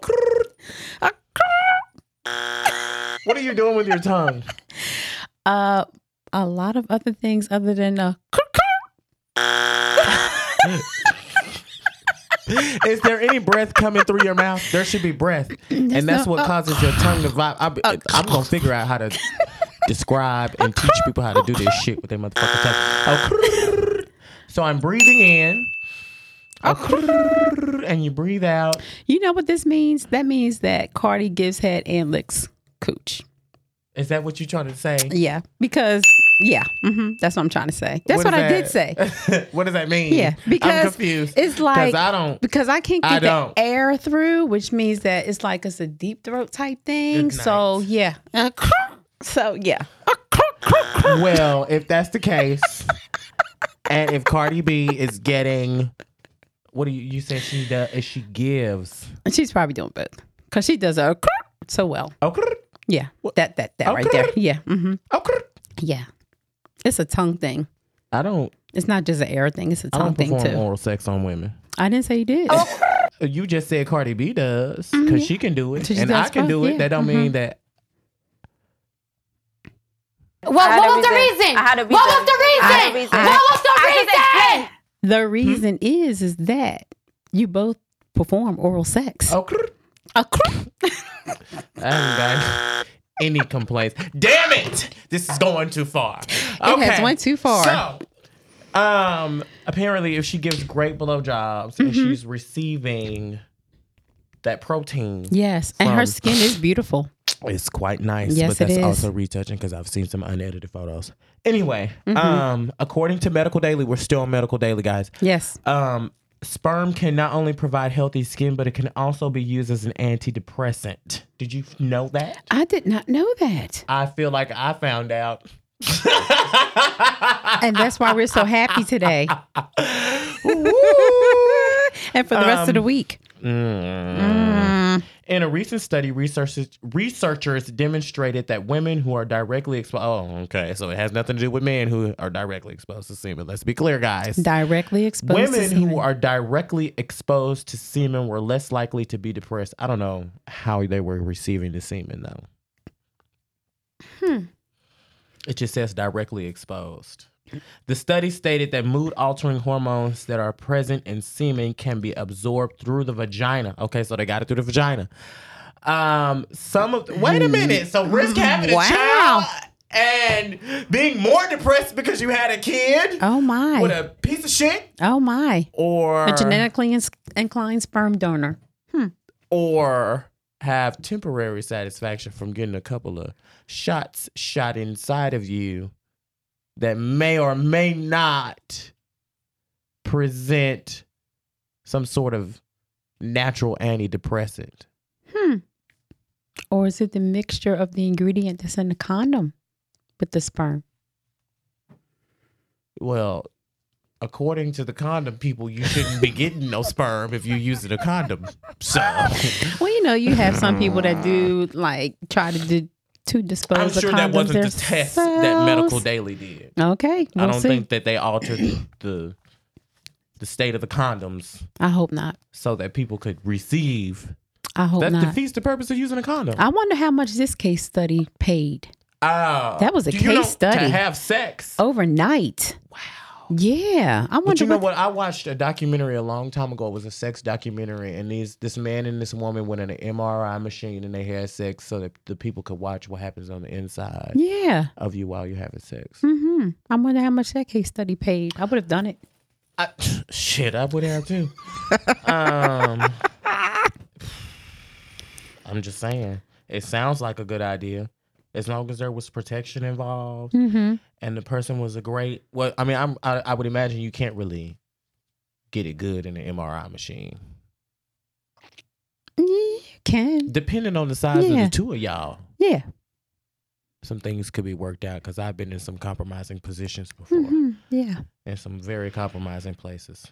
Speaker 1: what are you doing with your tongue?
Speaker 2: uh a lot of other things other than uh
Speaker 1: Is there any breath coming through your mouth? There should be breath, and that's
Speaker 2: no- uh,
Speaker 1: what
Speaker 2: oh.
Speaker 1: causes your tongue to vibrate. I'm, I'm gonna figure out how to describe and teach people how to do this shit with their motherfucking tongue. Oh, so I'm breathing in, Oh, and you breathe out.
Speaker 2: you know what this means? That means that Cardi gives head and licks cooch.
Speaker 1: Is that what you're trying to say?
Speaker 2: Yeah. Because yeah, hmm that's what I'm trying to say. That's what,
Speaker 1: is
Speaker 2: I did say.
Speaker 1: that- what does that mean?
Speaker 2: Yeah. Because
Speaker 1: I'm confused.
Speaker 2: it's
Speaker 1: Because
Speaker 2: like
Speaker 1: I don't.
Speaker 2: because I can't
Speaker 1: I
Speaker 2: get the
Speaker 1: don't.
Speaker 2: air through, which means that it's like it's a deep throat type thing.
Speaker 1: Good
Speaker 2: So
Speaker 1: night.
Speaker 2: yeah. So yeah.
Speaker 1: Well, if that's the case, and if Cardi B is getting, what do you you said she does? Is she gives?
Speaker 2: And she's probably doing both because she does a so well.
Speaker 1: Okay,
Speaker 2: Yeah,
Speaker 1: What?
Speaker 2: that that that right there. Yeah, hmm
Speaker 1: okay.
Speaker 2: yeah. It's a tongue thing.
Speaker 1: I don't.
Speaker 2: It's not just an air thing. It's a
Speaker 1: I
Speaker 2: tongue
Speaker 1: don't
Speaker 2: thing
Speaker 1: perform
Speaker 2: too.
Speaker 1: oral sex on women.
Speaker 2: I didn't say you did.
Speaker 1: You just said Cardi B does because she can do it,
Speaker 2: Mm-hmm. She
Speaker 1: and
Speaker 2: does
Speaker 1: I can do it.
Speaker 2: both, yeah. Mm-hmm.
Speaker 1: That don't mean that.
Speaker 5: Well,
Speaker 6: I had
Speaker 5: what
Speaker 6: a
Speaker 5: was the
Speaker 6: reason.
Speaker 5: reason?
Speaker 6: I had a
Speaker 5: What was
Speaker 6: reason.
Speaker 5: the
Speaker 6: I had a
Speaker 5: reason?
Speaker 6: reason.
Speaker 5: What was the
Speaker 6: I just
Speaker 5: reason?
Speaker 6: explained.
Speaker 1: Hmm?
Speaker 2: The reason is is that you both perform oral sex.
Speaker 1: Oh, crrr.
Speaker 2: A cr-
Speaker 1: I haven't got any complaints. Damn it! This is going too far.
Speaker 2: It has went too far.
Speaker 1: So, um, apparently, if she gives great blowjobs and
Speaker 2: Mm-hmm.
Speaker 1: she's receiving that protein,
Speaker 2: yes, and her
Speaker 1: From-
Speaker 2: skin is beautiful.
Speaker 1: it's quite nice.
Speaker 2: Yes,
Speaker 1: but that's
Speaker 2: it is.
Speaker 1: also retouching because I've seen some unedited photos. Anyway,
Speaker 2: Mm-hmm.
Speaker 1: um, according to Medical Daily, we're still on Medical Daily, guys.
Speaker 2: Yes,
Speaker 1: Um, sperm can not only provide healthy skin, but it can also be used as an antidepressant. Did you know that?
Speaker 2: I did not know that,
Speaker 1: I feel like I found out.
Speaker 2: and that's why we're so happy today, and for the rest
Speaker 1: Um,
Speaker 2: of the week.
Speaker 1: In a recent study, researchers, researchers demonstrated that women who are directly exposed. Oh, okay. So it has nothing to do with men who are directly exposed to semen. Let's be clear, guys.
Speaker 2: Directly exposed. to
Speaker 1: Women who
Speaker 2: semen.
Speaker 1: are directly exposed to semen were less likely to be depressed. I don't know how they were receiving the semen, though. It just says directly exposed. The study stated that mood altering hormones that are present in semen can be absorbed through the vagina. Okay, so they got it through the vagina. Um, some of wait a minute. So risk having a
Speaker 2: Wow.
Speaker 1: child and being more depressed because you had a kid
Speaker 2: Oh my!
Speaker 1: with a piece of shit
Speaker 2: oh my!
Speaker 1: or
Speaker 2: A genetically ins- inclined sperm donor.
Speaker 1: or have temporary satisfaction from getting a couple of shots shot inside of you that may or may not present some sort of natural antidepressant.
Speaker 2: Or is it the mixture of the ingredient that's in the condom with the sperm?
Speaker 1: Well, according to the condom people, you shouldn't be getting no sperm if you use it a condom. So
Speaker 2: Well, you know, you have some people that do like try to do to dispose
Speaker 1: I'm
Speaker 2: of
Speaker 1: sure
Speaker 2: condoms
Speaker 1: that wasn't the
Speaker 2: themselves.
Speaker 1: test that Medical Daily did.
Speaker 2: Okay, we'll
Speaker 1: I don't
Speaker 2: see.
Speaker 1: think that they altered the the state of the condoms
Speaker 2: I hope not.
Speaker 1: so that people could receive.
Speaker 2: I hope
Speaker 1: that
Speaker 2: not.
Speaker 1: defeats the purpose of using a condom.
Speaker 2: Oh, I wonder how much this case study paid
Speaker 1: Oh,
Speaker 2: That was a
Speaker 1: you
Speaker 2: case
Speaker 1: know, to
Speaker 2: study.
Speaker 1: have sex.
Speaker 2: overnight. Wow. Yeah, I
Speaker 1: But
Speaker 2: wonder
Speaker 1: you know
Speaker 2: what.
Speaker 1: what? I watched a documentary a long time ago. It was a sex documentary, and these this man and this woman went in an MRI machine and they had sex so that the people could watch what happens on the inside
Speaker 2: Yeah.
Speaker 1: of you while you're having sex.
Speaker 2: hmm I wonder how much that case study paid. I would have done it.
Speaker 1: I, shit, I would have too. um, I'm just saying, it sounds like a good idea, as long as there was protection involved
Speaker 2: Mm-hmm.
Speaker 1: and the person was a great. Well, I mean, I'm I, I would imagine you can't really get it good in an MRI machine,
Speaker 2: You can. Mm-hmm.
Speaker 1: depending on the size of
Speaker 2: Yeah.
Speaker 1: the two of y'all.
Speaker 2: Yeah.
Speaker 1: some things could be worked out because I've been in some compromising positions before
Speaker 2: Mm-hmm. Yeah.
Speaker 1: in some very compromising places.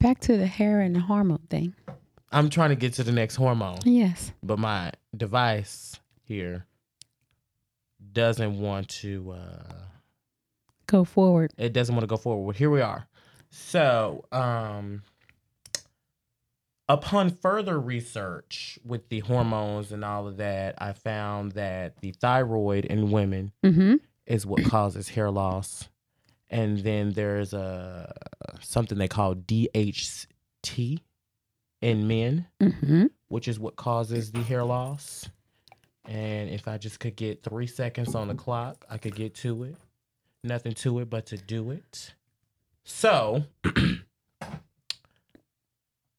Speaker 2: Back to the hair and the hormone thing.
Speaker 1: I'm trying to get to the next hormone,
Speaker 2: Yes.
Speaker 1: but my device here doesn't want to. Uh,
Speaker 2: Go forward.
Speaker 1: it doesn't want to go forward. Here we are. So, um, upon further research with the hormones and all of that, I found that the thyroid in women
Speaker 2: Mm-hmm.
Speaker 1: is what causes hair loss, and then there's a something they call DHT in men,
Speaker 2: Mm-hmm.
Speaker 1: which is what causes the hair loss. And if I just could get three seconds on the clock, I could get to it. Nothing to it but to do it. So,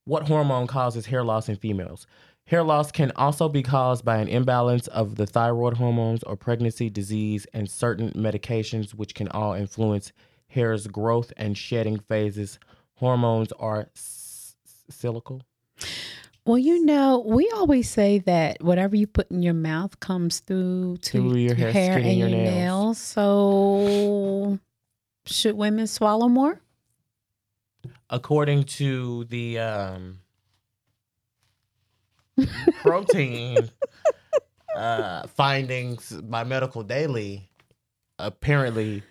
Speaker 1: what hormone causes hair loss in females? Hair loss can also be caused by an imbalance of the thyroid hormones or pregnancy, disease, and certain medications, which can all influence hair's growth and shedding phases. Hormones are s- silical.
Speaker 2: Well, you know, we always say that whatever you put in your mouth comes through to
Speaker 1: Through your hair, skin, and your nails.
Speaker 2: So, should women swallow more?
Speaker 1: according to the um, protein uh, findings by Medical Daily, apparently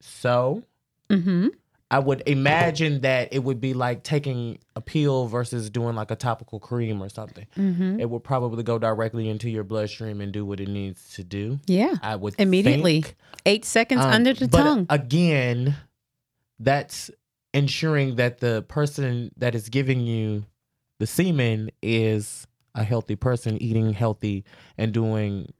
Speaker 1: so.
Speaker 2: Mm-hmm.
Speaker 1: I would imagine that it would be like taking a pill versus doing like a topical cream or something.
Speaker 2: Mm-hmm.
Speaker 1: It would probably go directly into your bloodstream and do what it needs to do.
Speaker 2: Yeah.
Speaker 1: I would
Speaker 2: Immediately.
Speaker 1: think.
Speaker 2: Eight seconds
Speaker 1: Um,
Speaker 2: under the
Speaker 1: but
Speaker 2: tongue.
Speaker 1: Again, that's ensuring that the person that is giving you the semen is a healthy person eating healthy and doing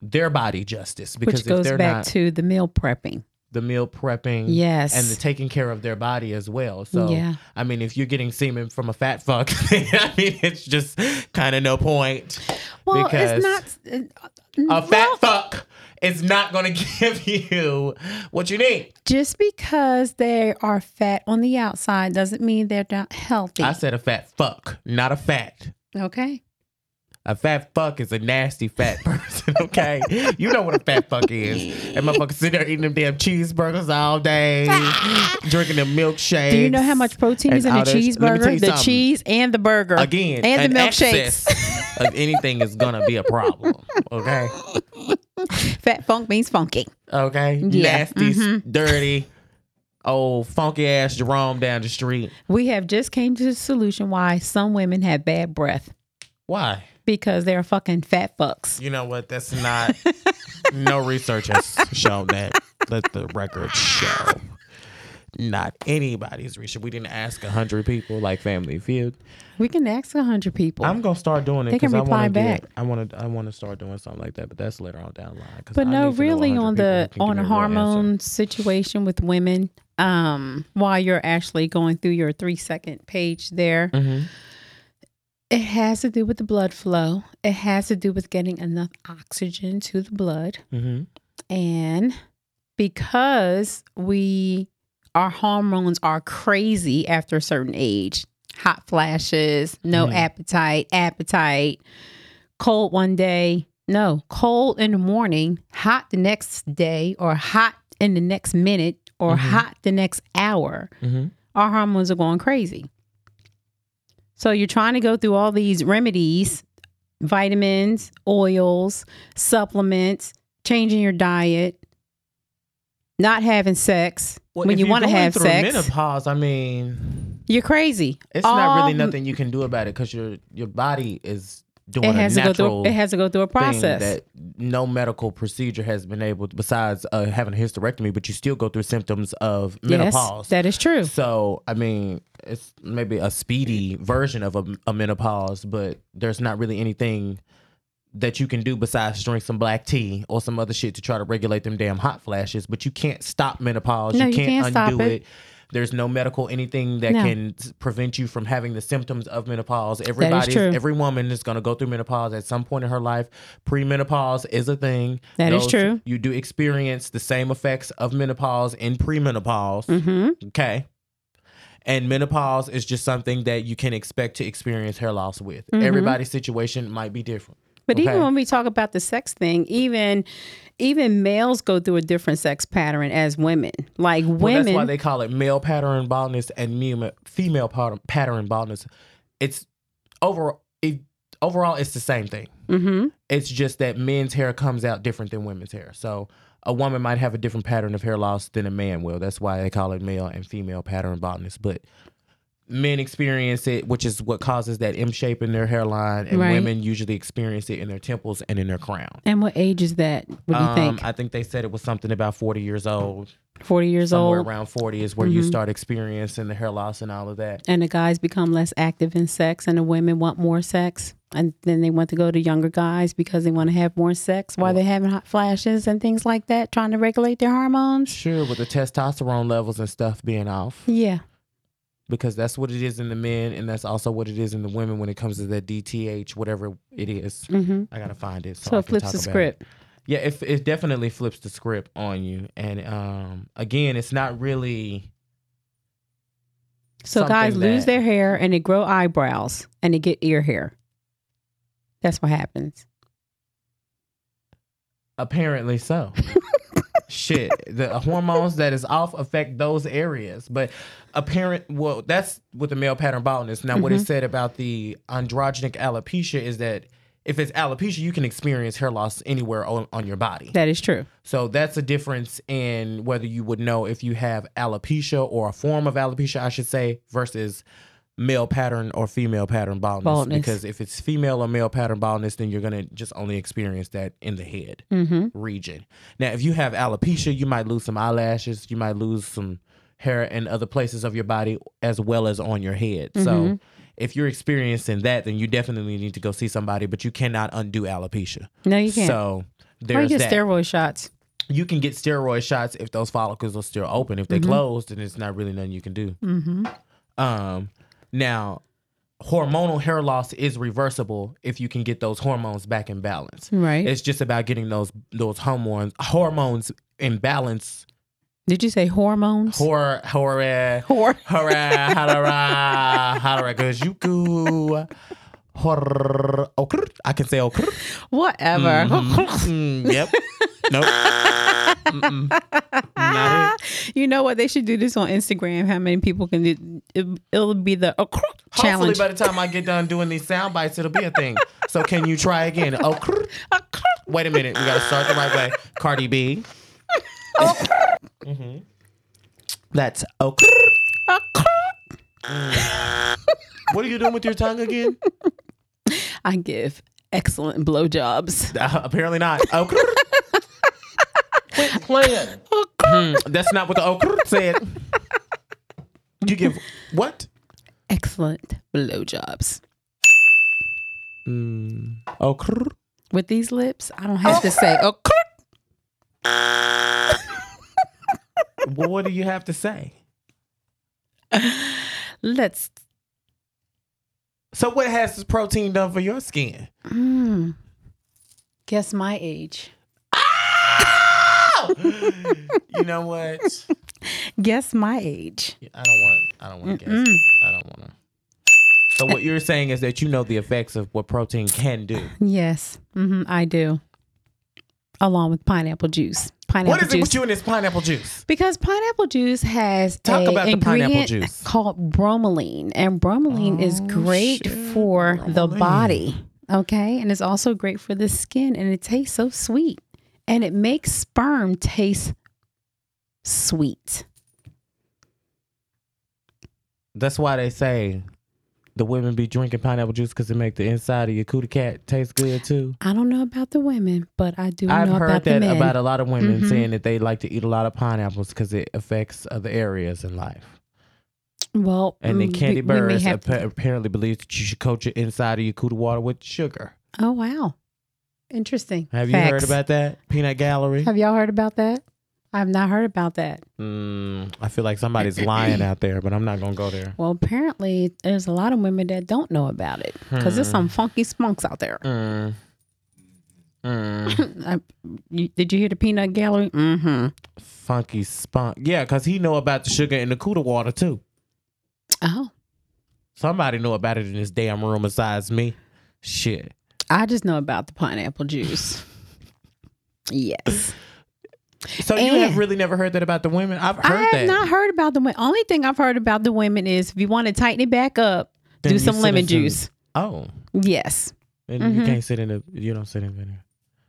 Speaker 1: their body justice because
Speaker 2: which goes
Speaker 1: if they're
Speaker 2: back
Speaker 1: not
Speaker 2: to the meal prepping.
Speaker 1: the meal prepping
Speaker 2: Yes.
Speaker 1: and the taking care of their body as well. So
Speaker 2: yeah.
Speaker 1: I mean if you're getting semen from a fat fuck, I mean it's just kind of no point.
Speaker 2: Well,
Speaker 1: because-
Speaker 2: it's not.
Speaker 1: A
Speaker 2: well,
Speaker 1: fat fuck is not going to give you what you need.
Speaker 2: just because they are fat on the outside doesn't mean they're not healthy.
Speaker 1: I said a fat fuck, not a fat.
Speaker 2: okay.
Speaker 1: A fat fuck is a nasty fat person, okay? you know what a fat fuck is. And motherfuckers sitting there eating them damn cheeseburgers all day, drinking them milkshakes.
Speaker 2: Do you know how much protein
Speaker 1: and
Speaker 2: is in a
Speaker 1: all this- let me tell you
Speaker 2: cheeseburger? The
Speaker 1: something.
Speaker 2: cheese and the burger.
Speaker 1: Again,
Speaker 2: And the
Speaker 1: an
Speaker 2: milkshakes.
Speaker 1: excess of anything is gonna be a problem, okay?
Speaker 2: Fat funk means funky.
Speaker 1: Okay?
Speaker 2: Yeah, Mm-hmm.
Speaker 1: Nasty, s- dirty, old funky ass Jerome down the street.
Speaker 2: We have just came to the solution why some women have bad breath
Speaker 1: Why?
Speaker 2: because they're fucking fat fucks.
Speaker 1: You know what? That's not. no research has shown that. Let the record show. Not anybody's research. We didn't ask a hundred people like Family Feud.
Speaker 2: We can ask a hundred people.
Speaker 1: I'm gonna start doing it
Speaker 2: They can
Speaker 1: because I
Speaker 2: reply
Speaker 1: want to
Speaker 2: back.
Speaker 1: I want to. I want to start doing something like that. But that's later on down the line. 'cause
Speaker 2: but
Speaker 1: I
Speaker 2: no,
Speaker 1: need to know
Speaker 2: really
Speaker 1: 100
Speaker 2: on the
Speaker 1: people who
Speaker 2: on
Speaker 1: can
Speaker 2: a
Speaker 1: give me real answer.
Speaker 2: hormone situation with women, um, while you're actually going through your three second page there,
Speaker 1: Mhm.
Speaker 2: It has to do with the blood flow. It has to do with getting enough oxygen to the blood.
Speaker 1: Mhm.
Speaker 2: And because we our hormones are crazy after a certain age, hot flashes, no
Speaker 1: Mhm.
Speaker 2: appetite, appetite, cold one day, no, cold in the morning, hot the next day or hot in the next minute or
Speaker 1: Mhm.
Speaker 2: hot the next hour
Speaker 1: Mhm.
Speaker 2: our hormones are going crazy. So you're trying to go through all these remedies, vitamins, oils, supplements, changing your diet, not having sex
Speaker 1: Well,
Speaker 2: when
Speaker 1: if
Speaker 2: you
Speaker 1: you're
Speaker 2: want to
Speaker 1: going
Speaker 2: have
Speaker 1: through
Speaker 2: sex.
Speaker 1: menopause. I mean,
Speaker 2: You're crazy.
Speaker 1: it's not really
Speaker 2: Um,
Speaker 1: nothing you can do about it because your your body is doing
Speaker 2: It has
Speaker 1: a
Speaker 2: to go
Speaker 1: natural.
Speaker 2: through. It has to go through a
Speaker 1: thing
Speaker 2: process.
Speaker 1: that no medical procedure has been able besides uh, having a hysterectomy but you still go through symptoms of menopause
Speaker 2: Yes, that is true.
Speaker 1: so i mean it's maybe a speedy version of a, a menopause but there's not really anything that you can do besides drink some black tea or some other shit to try to regulate them damn hot flashes but you can't stop menopause
Speaker 2: No,
Speaker 1: you
Speaker 2: you
Speaker 1: can't,
Speaker 2: can't stop
Speaker 1: undo
Speaker 2: it.
Speaker 1: it. there's no medical anything that
Speaker 2: No.
Speaker 1: can s- prevent you from having the symptoms of menopause everybody is-
Speaker 2: true.
Speaker 1: every woman is going to go through menopause at some point in her life. Premenopause is a thing.
Speaker 2: That is true.
Speaker 1: You do experience the same effects of menopause in premenopause.
Speaker 2: hmm
Speaker 1: Okay. And menopause is just something that you can expect to experience hair loss with.
Speaker 2: Mhm.
Speaker 1: Everybody's situation might be different.
Speaker 2: But even
Speaker 1: Okay.
Speaker 2: when we talk about the sex thing, even even males go through a different sex pattern as women. Like women,
Speaker 1: Well, that's why they call it male pattern baldness and me- female pat- pattern baldness. It's overall, it, overall, it's the same thing.
Speaker 2: Mhm.
Speaker 1: It's just that men's hair comes out different than women's hair. So a woman might have a different pattern of hair loss than a man will. That's why they call it male and female pattern baldness. But men experience it, which is what causes that M shape in their hairline, and
Speaker 2: Right.
Speaker 1: women usually experience it in their temples and in their crown.
Speaker 2: And what age is that? What do you
Speaker 1: Um,
Speaker 2: think?
Speaker 1: I think they said it was something about forty years old.
Speaker 2: Forty years
Speaker 1: Somewhere
Speaker 2: old, Mm-hmm.
Speaker 1: around forty is where you start experiencing the hair loss and all of that.
Speaker 2: and the guys become less active in sex, and the women want more sex, and then they want to go to younger guys because they want to have more sex while they're having hot flashes and things like that, trying to regulate their hormones.
Speaker 1: Sure, with the testosterone levels and stuff being off.
Speaker 2: Yeah,
Speaker 1: because that's what it is in the men and that's also what it is in the women when it comes to that DTH whatever it is.
Speaker 2: hmm
Speaker 1: I gotta find it. So,
Speaker 2: so
Speaker 1: I
Speaker 2: it
Speaker 1: can
Speaker 2: flips
Speaker 1: talk
Speaker 2: the
Speaker 1: about
Speaker 2: script.
Speaker 1: It. Yeah, it, it definitely flips the script on you. And um, again, it's not really
Speaker 2: So guys
Speaker 1: something
Speaker 2: lose
Speaker 1: that-
Speaker 2: their hair and they grow eyebrows and they get ear hair. That's what happens.
Speaker 1: apparently so. Shit, the hormones that is off affect those areas, but apparent. Well, that's what the male pattern baldness. Now, what
Speaker 2: Mm-hmm.
Speaker 1: it said about the androgenic alopecia is that if it's alopecia, you can experience hair loss anywhere on, on your body.
Speaker 2: That is true.
Speaker 1: So that's a difference in whether you would know if you have alopecia or a form of alopecia, I should say, versus male pattern or female pattern baldness.
Speaker 2: Baldness.
Speaker 1: Because if it's female or male pattern baldness, then you're going to just only experience that in the head
Speaker 2: Mm-hmm.
Speaker 1: region. Now, if you have alopecia, you might lose some eyelashes, you might lose some hair in other places of your body as well as on your head.
Speaker 2: Mm-hmm.
Speaker 1: So, if you're experiencing that, then you definitely need to go see somebody, but you cannot undo alopecia.
Speaker 2: No, you can't. So
Speaker 1: So,
Speaker 2: or
Speaker 1: there's
Speaker 2: you get
Speaker 1: that
Speaker 2: steroid shots.
Speaker 1: you can get steroid shots if those follicles are still open. If they closed, then it's not really nothing you can do.
Speaker 2: Mm-hmm.
Speaker 1: Um, now, hormonal hair loss is reversible if you can get those hormones back in balance.
Speaker 2: Right.
Speaker 1: It's just about getting those those hormones hormones in balance.
Speaker 2: Did you say hormones?
Speaker 1: Hor hor
Speaker 2: Hor-
Speaker 1: Hurrah, hollera, hollera, cause you go. Hor, okr. I can say okr.
Speaker 2: Whatever.
Speaker 1: Mm, yep. Nope. Mm-mm. Not it.
Speaker 2: you know what? They should do this on Instagram. How many people can do? It, it'll be the uh,
Speaker 1: Hopefully,
Speaker 2: challenge.
Speaker 1: by the time I get done doing these sound bites, it'll be a thing. So, can you try again? Oh, crrr. wait a minute. We got to start the right way. Cardi B. Mhm. That's oh. crrr. What are you doing with your tongue again?
Speaker 2: I give excellent blowjobs.
Speaker 1: Uh, apparently not. Oh, crrr. Quit playing. Hmm, that's not what the oh crrr said. You give what?
Speaker 2: Excellent blowjobs.
Speaker 1: Mm. Oh, crrr.
Speaker 2: With these lips, I don't have to say. Oh,
Speaker 1: Well, what do you have to say?
Speaker 2: let's.
Speaker 1: So, what has this protein done for your skin?
Speaker 2: Mm. guess my age.
Speaker 1: you know what?
Speaker 2: Guess my age.
Speaker 1: I don't want. I don't want to guess. I don't want to. So what you're saying is that you know the effects of what protein can do.
Speaker 2: Yes, hmm I do. Along with pineapple juice. Pineapple
Speaker 1: What is
Speaker 2: juice.
Speaker 1: it with you and this pineapple juice?
Speaker 2: Because pineapple juice has
Speaker 1: Talk
Speaker 2: a
Speaker 1: about the pineapple
Speaker 2: ingredient
Speaker 1: juice.
Speaker 2: called bromelain, and bromelain is
Speaker 1: Oh,
Speaker 2: great
Speaker 1: shit,
Speaker 2: for the
Speaker 1: bromelain.
Speaker 2: body. Okay, and it's also great for the skin, and it tastes so sweet, and it makes sperm taste sweet.
Speaker 1: That's why they say the women be drinking pineapple juice because it make the inside of your cootie cat taste good too.
Speaker 2: I don't know about the women, but I do
Speaker 1: I've
Speaker 2: know
Speaker 1: heard
Speaker 2: about the
Speaker 1: that
Speaker 2: men.
Speaker 1: about a lot of women
Speaker 2: Mhm.
Speaker 1: saying that they like to eat a lot of pineapples because it affects other areas in life.
Speaker 2: well,
Speaker 1: And then
Speaker 2: mm,
Speaker 1: Candy
Speaker 2: we- we may
Speaker 1: Burris
Speaker 2: have-
Speaker 1: appa- apparently believes that you should coat your inside of your cootie water with sugar.
Speaker 2: oh wow, interesting.
Speaker 1: Have you heard
Speaker 2: Facts.
Speaker 1: about that? Peanut Gallery.
Speaker 2: Have y'all heard about that? I've not heard about that.
Speaker 1: Mm, I feel like somebody's lying out there, but I'm not gonna go there.
Speaker 2: Well, apparently, there's a lot of women that don't know about it because there's some
Speaker 1: Hmm.
Speaker 2: funky spunks out there.
Speaker 1: Mm. Mm.
Speaker 2: I, you, did you hear the peanut gallery? Mm-hmm.
Speaker 1: Funky spunk. Yeah, cause he know about the sugar in the cooler water too.
Speaker 2: Oh,
Speaker 1: Somebody know about it in this damn room besides me. Shit.
Speaker 2: I just know about the pineapple juice. yes.
Speaker 1: So you have
Speaker 2: And-
Speaker 1: really never heard that about the women? I've heard
Speaker 2: I have
Speaker 1: that.
Speaker 2: not heard about the women. Only thing I've heard about the women is if you want to tighten it back up,
Speaker 1: Then
Speaker 2: do
Speaker 1: you
Speaker 2: some
Speaker 1: sit
Speaker 2: lemon
Speaker 1: in some-
Speaker 2: juice.
Speaker 1: Oh,
Speaker 2: Yes.
Speaker 1: and you
Speaker 2: Mhm.
Speaker 1: can't sit in the you don't sit in vinegar.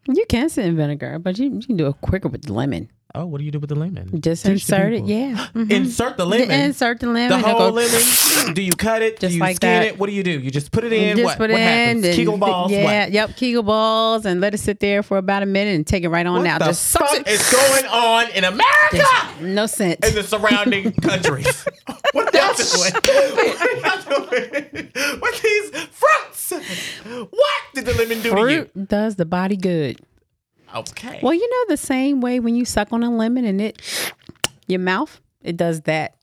Speaker 2: You can sit in vinegar, but you, you can do it quicker with the lemon.
Speaker 1: Oh, what do you do with the lemon?
Speaker 2: Just
Speaker 1: Teach the
Speaker 2: insert it.
Speaker 1: people.
Speaker 2: Yeah. Mhm.
Speaker 1: Insert the lemon.
Speaker 2: Insert the lemon.
Speaker 1: the
Speaker 2: and go-
Speaker 1: whole lemon. Do you cut it?
Speaker 2: Just
Speaker 1: do you
Speaker 2: like
Speaker 1: skin
Speaker 2: that.
Speaker 1: it? What do you do? You just put it in.
Speaker 2: just
Speaker 1: what
Speaker 2: put it
Speaker 1: what
Speaker 2: in.
Speaker 1: happens?
Speaker 2: and-
Speaker 1: Kegel balls.
Speaker 2: Yeah.
Speaker 1: What?
Speaker 2: Yep. Kegel balls and let it sit there for about a minute and take it right on
Speaker 1: What
Speaker 2: out.
Speaker 1: the
Speaker 2: Just suck
Speaker 1: fuck
Speaker 2: it.
Speaker 1: is going on in America
Speaker 2: No sense.
Speaker 1: and the surrounding countries? What are y'all doing? What y'all doing? With these fruits? What did the lemon do to you?
Speaker 2: Fruit does the body good.
Speaker 1: Okay.
Speaker 2: Well, you know the same way when you suck on a lemon and it your mouth, it does that.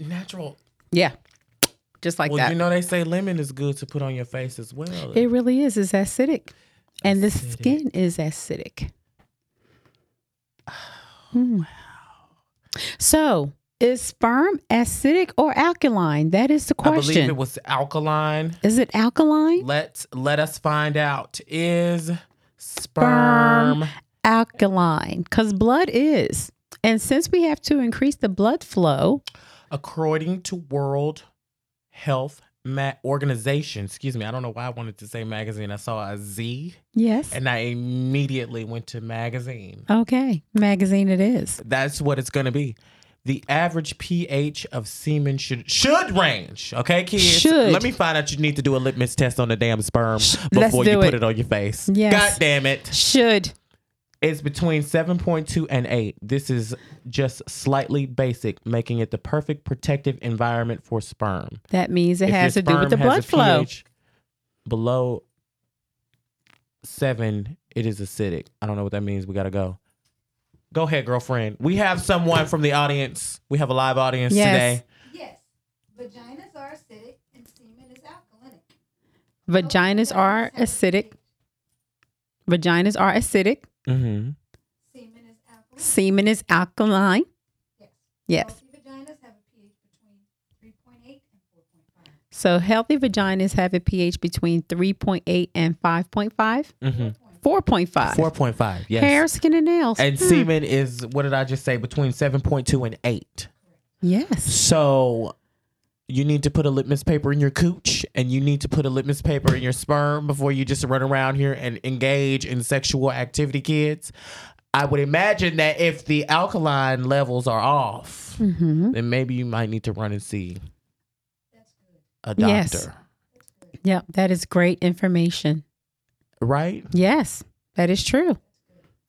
Speaker 1: Natural.
Speaker 2: Yeah. Just like
Speaker 1: well,
Speaker 2: that.
Speaker 1: you know they say lemon is good to put on your face as well.
Speaker 2: it really is. It's acidic. And the
Speaker 1: Acidic.
Speaker 2: skin is acidic. Mm. So is sperm acidic or alkaline? That is the
Speaker 1: I believe
Speaker 2: question.
Speaker 1: it was alkaline.
Speaker 2: is it alkaline?
Speaker 1: Let let us find out. Is
Speaker 2: Sperm.
Speaker 1: sperm
Speaker 2: Alkaline. Because blood is. And since we have to increase the blood flow,
Speaker 1: according to World Health Ma- Organization, excuse me, I don't know why I wanted to say magazine. I saw a Z
Speaker 2: yes.
Speaker 1: and I immediately went to magazine.
Speaker 2: okay. Magazine it is.
Speaker 1: That's what it's going to be. The average pH of semen should should range. Okay, kids.
Speaker 2: Should.
Speaker 1: Let me find out. You need to do a litmus test on the damn sperm
Speaker 2: let's
Speaker 1: before you
Speaker 2: do
Speaker 1: put
Speaker 2: it.
Speaker 1: it on your face.
Speaker 2: Yes.
Speaker 1: God damn it.
Speaker 2: Should.
Speaker 1: It's between 7.2 and 8. This is just slightly basic, making it the perfect protective environment for sperm.
Speaker 2: That means it
Speaker 1: If your
Speaker 2: has to do with the
Speaker 1: sperm has a
Speaker 2: blood flow.
Speaker 1: pH Below 7, it is acidic. I don't know what that means. We got to go. Go ahead, girlfriend. We have someone from the audience. We have a live audience
Speaker 2: Yes.
Speaker 1: today.
Speaker 4: Yes, vaginas are acidic and semen is alkaline.
Speaker 2: Vaginas are acidic. Vaginas are acidic.
Speaker 1: Mm-hmm.
Speaker 4: Semen is alkaline.
Speaker 2: Semen is alkaline.
Speaker 4: Yes.
Speaker 2: Yes.
Speaker 4: Healthy vaginas have a pH between 3.8 and 4.5.
Speaker 2: So healthy vaginas have a pH between 3.8 and 5.5.
Speaker 1: Mm-hmm.
Speaker 2: 4.5.
Speaker 1: 4.5. Yes.
Speaker 2: Hair, skin, and nails.
Speaker 1: And
Speaker 2: Uh, Hmm.
Speaker 1: semen is, what did I just say, between 7.2 and 8.
Speaker 2: Yes.
Speaker 1: So you need to put a litmus paper in your cooch and you need to put a litmus paper in your sperm before you just run around here and engage in sexual activity, kids. I would imagine that if the alkaline levels are off,
Speaker 2: hmm
Speaker 1: then maybe you might need to run and see a doctor.
Speaker 2: Yes. Yep. That is great information.
Speaker 1: Right?
Speaker 2: Yes. That is true.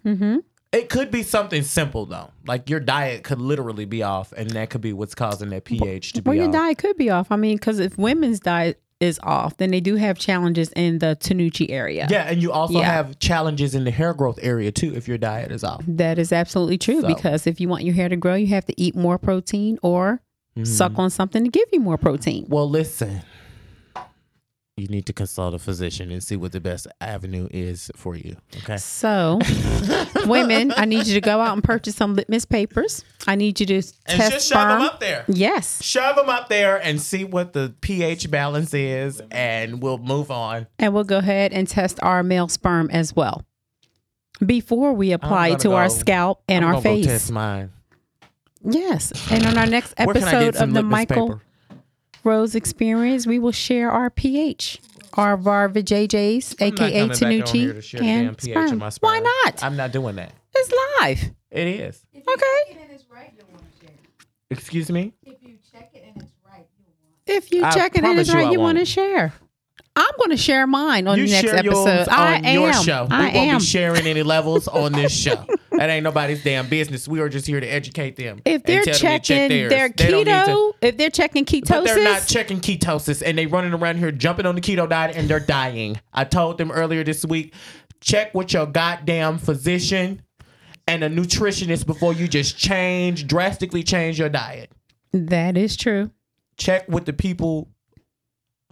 Speaker 2: Mm-hmm.
Speaker 1: It could be something simple though. Like your diet could literally be off and that could be what's causing that pH to be
Speaker 2: Well, your
Speaker 1: off.
Speaker 2: diet could be off. I mean, because if women's diet is off, then they do have challenges in the Tanucci area.
Speaker 1: yeah, and you also
Speaker 2: Yeah.
Speaker 1: have challenges in the hair growth area too if your diet is off.
Speaker 2: That is absolutely true
Speaker 1: So-
Speaker 2: because if you want your hair to grow, you have to eat more protein or
Speaker 1: Mm-hmm.
Speaker 2: suck on something to give you more protein.
Speaker 1: Well, listen. You need to consult a physician and see what the best avenue is for you. Okay.
Speaker 2: So, women, I need you to go out and purchase some litmus papers. I need you to
Speaker 1: And
Speaker 2: test
Speaker 1: just shove
Speaker 2: sperm.
Speaker 1: them up there.
Speaker 2: Yes,
Speaker 1: Shove them up there and see what the pH balance is, and we'll move on.
Speaker 2: and we'll go ahead and test our male sperm as well before we apply it
Speaker 1: gonna
Speaker 2: to our
Speaker 1: go-
Speaker 2: scalp and
Speaker 1: I'm
Speaker 2: our
Speaker 1: gonna go
Speaker 2: face.
Speaker 1: test mine.
Speaker 2: Yes, and on our next
Speaker 1: Where can I get
Speaker 2: episode
Speaker 1: some
Speaker 2: of the
Speaker 1: litmus
Speaker 2: Michael
Speaker 1: paper?
Speaker 2: Rose Experience, we will share our pH, our Varva JJs,
Speaker 1: I'm not
Speaker 2: aka
Speaker 1: coming back on here to
Speaker 2: Tanucci,
Speaker 1: share the damn
Speaker 2: and
Speaker 1: pH of
Speaker 2: sperm.
Speaker 1: my
Speaker 2: Why
Speaker 1: sperm.
Speaker 2: not?
Speaker 1: I'm not doing that.
Speaker 2: It's live.
Speaker 1: It is.
Speaker 4: If you
Speaker 2: Okay.
Speaker 4: check it and it's right, you'll want to share. it.
Speaker 1: Excuse me.
Speaker 4: If you check it and it's right, you'll want.
Speaker 2: If you
Speaker 1: I
Speaker 2: check it and
Speaker 1: promise
Speaker 2: it's
Speaker 1: you I
Speaker 2: right, you want to
Speaker 1: won't.
Speaker 2: share. I'm going to share mine on
Speaker 1: you
Speaker 2: the next
Speaker 1: share
Speaker 2: episode.
Speaker 1: yours
Speaker 2: I
Speaker 1: on
Speaker 2: am.
Speaker 1: your show.
Speaker 2: I
Speaker 1: we won't
Speaker 2: am.
Speaker 1: be sharing any levels on this show. That ain't nobody's damn business. We are just here to educate them.
Speaker 2: if
Speaker 1: and
Speaker 2: they're
Speaker 1: tell them to check
Speaker 2: checking
Speaker 1: theirs.
Speaker 2: their
Speaker 1: They don't need to-
Speaker 2: keto, if they're checking ketosis,
Speaker 1: But they're not checking ketosis and they running around here jumping on the keto diet and they're dying. I told them earlier this week, check with your goddamn physician and a nutritionist before you just change, drastically change your diet.
Speaker 2: that is true.
Speaker 1: Check with the people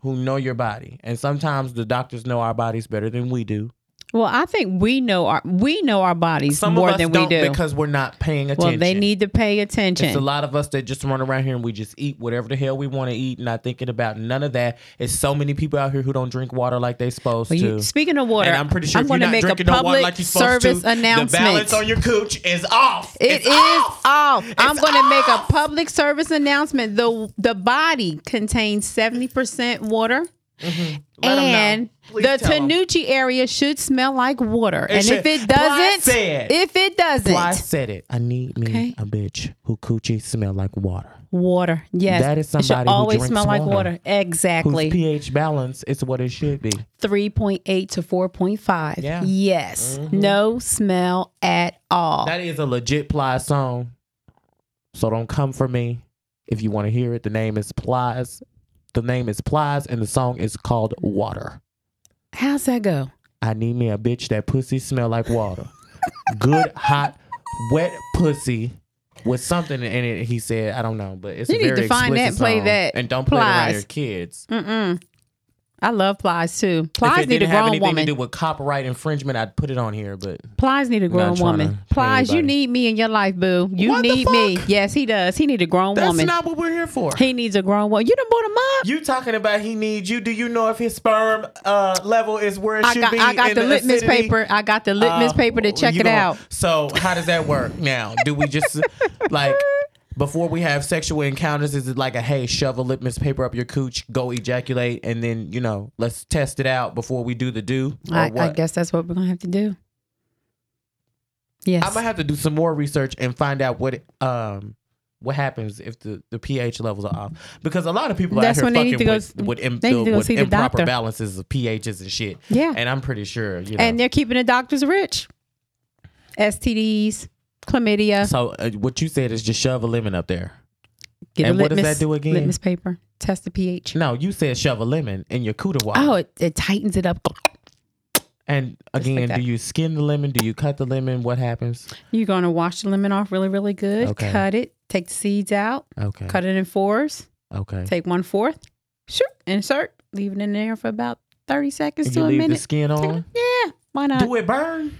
Speaker 1: who know your body. And sometimes the doctors know our bodies better than we do.
Speaker 2: Well, I think we know our we know our bodies
Speaker 1: Some
Speaker 2: more
Speaker 1: of us
Speaker 2: than we
Speaker 1: don't
Speaker 2: do.
Speaker 1: because we're not paying attention.
Speaker 2: well, they need to pay
Speaker 1: It's a
Speaker 2: attention.
Speaker 1: lot of us that just run around here and we just eat whatever the hell we want to eat, not thinking about none of that. It's so many people out here who don't drink water like they supposed
Speaker 2: Well, you-
Speaker 1: to.
Speaker 2: speaking of water,
Speaker 1: and I'm pretty sure
Speaker 2: I'm
Speaker 1: if you're
Speaker 2: going to
Speaker 1: not
Speaker 2: make a
Speaker 1: drinking no water
Speaker 2: public
Speaker 1: like you're supposed
Speaker 2: service
Speaker 1: to,
Speaker 2: announcement.
Speaker 1: The balance on your cooch is off.
Speaker 2: It
Speaker 1: it's
Speaker 2: is
Speaker 1: off.
Speaker 2: off. I'm
Speaker 1: It's
Speaker 2: going to make a
Speaker 1: off.
Speaker 2: public service announcement. The the body contains 70% water.
Speaker 1: Mm-hmm. Let 'em know.
Speaker 2: and
Speaker 1: Please
Speaker 2: the
Speaker 1: tell 'em.
Speaker 2: Tanucci area should smell like water. and
Speaker 1: should.
Speaker 2: if it
Speaker 1: Bly
Speaker 2: doesn't,
Speaker 1: said.
Speaker 2: if it doesn't,
Speaker 1: Why I said it. I need me
Speaker 2: Okay.
Speaker 1: a bitch who coochie smell like water.
Speaker 2: water. Yes.
Speaker 1: That is
Speaker 2: it
Speaker 1: somebody
Speaker 2: should
Speaker 1: who
Speaker 2: always
Speaker 1: drinks
Speaker 2: smell like
Speaker 1: water.
Speaker 2: water. Exactly.
Speaker 1: Whose pH balance is what it should be.
Speaker 2: 3.8 to 4.5.
Speaker 1: Yeah. Mm-hmm.
Speaker 2: Yes. No smell at all.
Speaker 1: That is a legit Plies song. So don't come for me. If you want to hear it, the name is Plies. The name is Plies, and the song is called Water.
Speaker 2: How's that go?
Speaker 1: I need me a bitch that pussy smell like water. Good, hot, wet pussy with something in it. He said, I don't know, but it's
Speaker 2: You
Speaker 1: a
Speaker 2: need
Speaker 1: very
Speaker 2: to find
Speaker 1: explicit
Speaker 2: that, play
Speaker 1: song.
Speaker 2: that,
Speaker 1: And don't play it around
Speaker 2: Plies.
Speaker 1: your kids.
Speaker 2: Mm-mm. I love Plies too.
Speaker 1: if
Speaker 2: Plies
Speaker 1: it
Speaker 2: need a
Speaker 1: didn't have
Speaker 2: grown
Speaker 1: anything to
Speaker 2: woman.
Speaker 1: do with copyright infringement, I'd put it on here, but
Speaker 2: Plies need a grown
Speaker 1: trying
Speaker 2: woman.
Speaker 1: to
Speaker 2: Plies, you
Speaker 1: anybody.
Speaker 2: need me in your life, boo. You
Speaker 1: What the
Speaker 2: need me.
Speaker 1: fuck?
Speaker 2: Yes, he does. He need a grown
Speaker 1: that's
Speaker 2: woman.
Speaker 1: not what we're here for.
Speaker 2: he needs a grown woman. You done bought him up.
Speaker 1: You talking about he needs you? Do you know if his sperm uh, level is where it
Speaker 2: I
Speaker 1: should
Speaker 2: got,
Speaker 1: be?
Speaker 2: I got
Speaker 1: in
Speaker 2: the, litmus
Speaker 1: acidity?
Speaker 2: paper. I got the litmus
Speaker 1: Uh,
Speaker 2: paper to check
Speaker 1: you
Speaker 2: it
Speaker 1: gonna-
Speaker 2: out.
Speaker 1: So how does that work now? Do we just like before we have sexual encounters? Is it like a hey, shove a litmus paper up your cooch, go ejaculate, and then you know let's test it out before we do the do? Or
Speaker 2: I, I
Speaker 1: what?
Speaker 2: guess that's what we're gonna have to do. Yes.
Speaker 1: I'm gonna have to do some more research and find out what um what happens if the, the pH levels are off because a lot of people
Speaker 2: That's
Speaker 1: out here
Speaker 2: when they need
Speaker 1: fucking
Speaker 2: to go-
Speaker 1: with, with, im-
Speaker 2: they need to go
Speaker 1: with
Speaker 2: see the
Speaker 1: improper
Speaker 2: doctor.
Speaker 1: balances of pHs and shit.
Speaker 2: Yeah.
Speaker 1: and I'm pretty sure you know.
Speaker 2: and they're keeping the doctors rich. STDs, chlamydia.
Speaker 1: so uh, what you said is just shove a lemon up there.
Speaker 2: Get
Speaker 1: and
Speaker 2: a
Speaker 1: what does
Speaker 2: litmus,
Speaker 1: that do again? Oh.
Speaker 2: Litmus paper. Test the pH.
Speaker 1: No, you said shove a lemon in your cooter water.
Speaker 2: Oh, it, it tightens it up.
Speaker 1: and again,
Speaker 2: that.
Speaker 1: do you skin the lemon? Do you cut the lemon? What happens?
Speaker 2: You're gonna wash the lemon off really, really good.
Speaker 1: Okay.
Speaker 2: Cut it. Take the seeds out.
Speaker 1: Okay.
Speaker 2: Cut it in fours.
Speaker 1: Okay.
Speaker 2: Take one fourth. Sure. Insert. Leave it in there for about thirty seconds
Speaker 1: And
Speaker 2: to
Speaker 1: you
Speaker 2: a
Speaker 1: leave the
Speaker 2: minute.
Speaker 1: skin on.
Speaker 2: Yeah. Why not?
Speaker 1: Do it burn?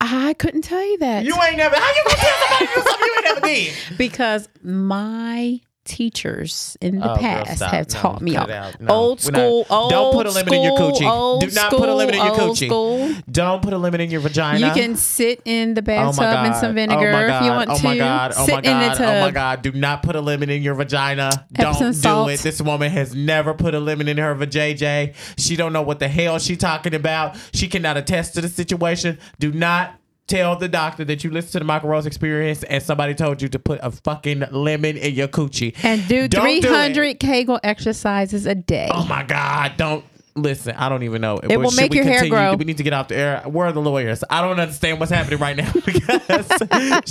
Speaker 2: I couldn't tell you that.
Speaker 1: You ain't never. How you gonna tell somebody to do something you ain't never did?
Speaker 2: because my teachers in the
Speaker 1: Oh, girl,
Speaker 2: past
Speaker 1: stop.
Speaker 2: have
Speaker 1: No,
Speaker 2: taught me
Speaker 1: cut
Speaker 2: all.
Speaker 1: it out. No,
Speaker 2: old
Speaker 1: we're not-
Speaker 2: school, old
Speaker 1: Don't put a lemon in your
Speaker 2: school,
Speaker 1: coochie.
Speaker 2: Old
Speaker 1: Do not put a lemon in your
Speaker 2: school, old
Speaker 1: coochie.
Speaker 2: School.
Speaker 1: Don't put a lemon in your vagina.
Speaker 2: You can sit in the
Speaker 1: Oh
Speaker 2: bathtub
Speaker 1: my
Speaker 2: and
Speaker 1: God.
Speaker 2: some
Speaker 1: oh
Speaker 2: vinegar
Speaker 1: my God.
Speaker 2: if you want
Speaker 1: oh
Speaker 2: to.
Speaker 1: my God. Oh
Speaker 2: sit
Speaker 1: my God.
Speaker 2: in the tub.
Speaker 1: Oh my God. Do not put a lemon in your vagina.
Speaker 2: Epsom
Speaker 1: don't
Speaker 2: salt.
Speaker 1: do it. This woman has never put a lemon in her vajayjay. She don't know what the hell she talking about. She cannot attest to the situation. Do not tell the doctor that you listened to the Michael Rose experience and somebody told you to put a fucking lemon in your coochie.
Speaker 2: And do
Speaker 1: Don't do it.
Speaker 2: 300 Kegel exercises a day.
Speaker 1: Oh my God! Don't listen. I don't even know. It
Speaker 2: will make your hair grow.
Speaker 1: We need to get off the air. We're the lawyers. I don't understand what's happening right now because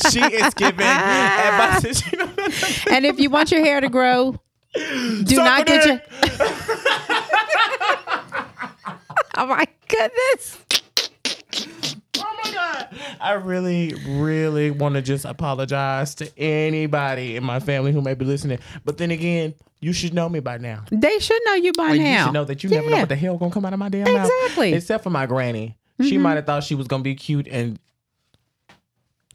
Speaker 1: she is giving advice. that She don't understand.
Speaker 2: and if you want your hair to grow, do
Speaker 1: Suck
Speaker 2: not
Speaker 1: a
Speaker 2: get your.
Speaker 1: dick.
Speaker 2: Oh my goodness.
Speaker 1: Oh my God! I really, really want to just apologize to anybody in my family who may be listening. But then again, you should know me by now.
Speaker 2: They should know you by
Speaker 1: And
Speaker 2: now.
Speaker 1: You should know that you never know
Speaker 2: Yeah.
Speaker 1: what the hell gonna come out of my damn mouth.
Speaker 2: Exactly. Mm-hmm.
Speaker 1: Except for my granny. She might have thought she was gonna be cute and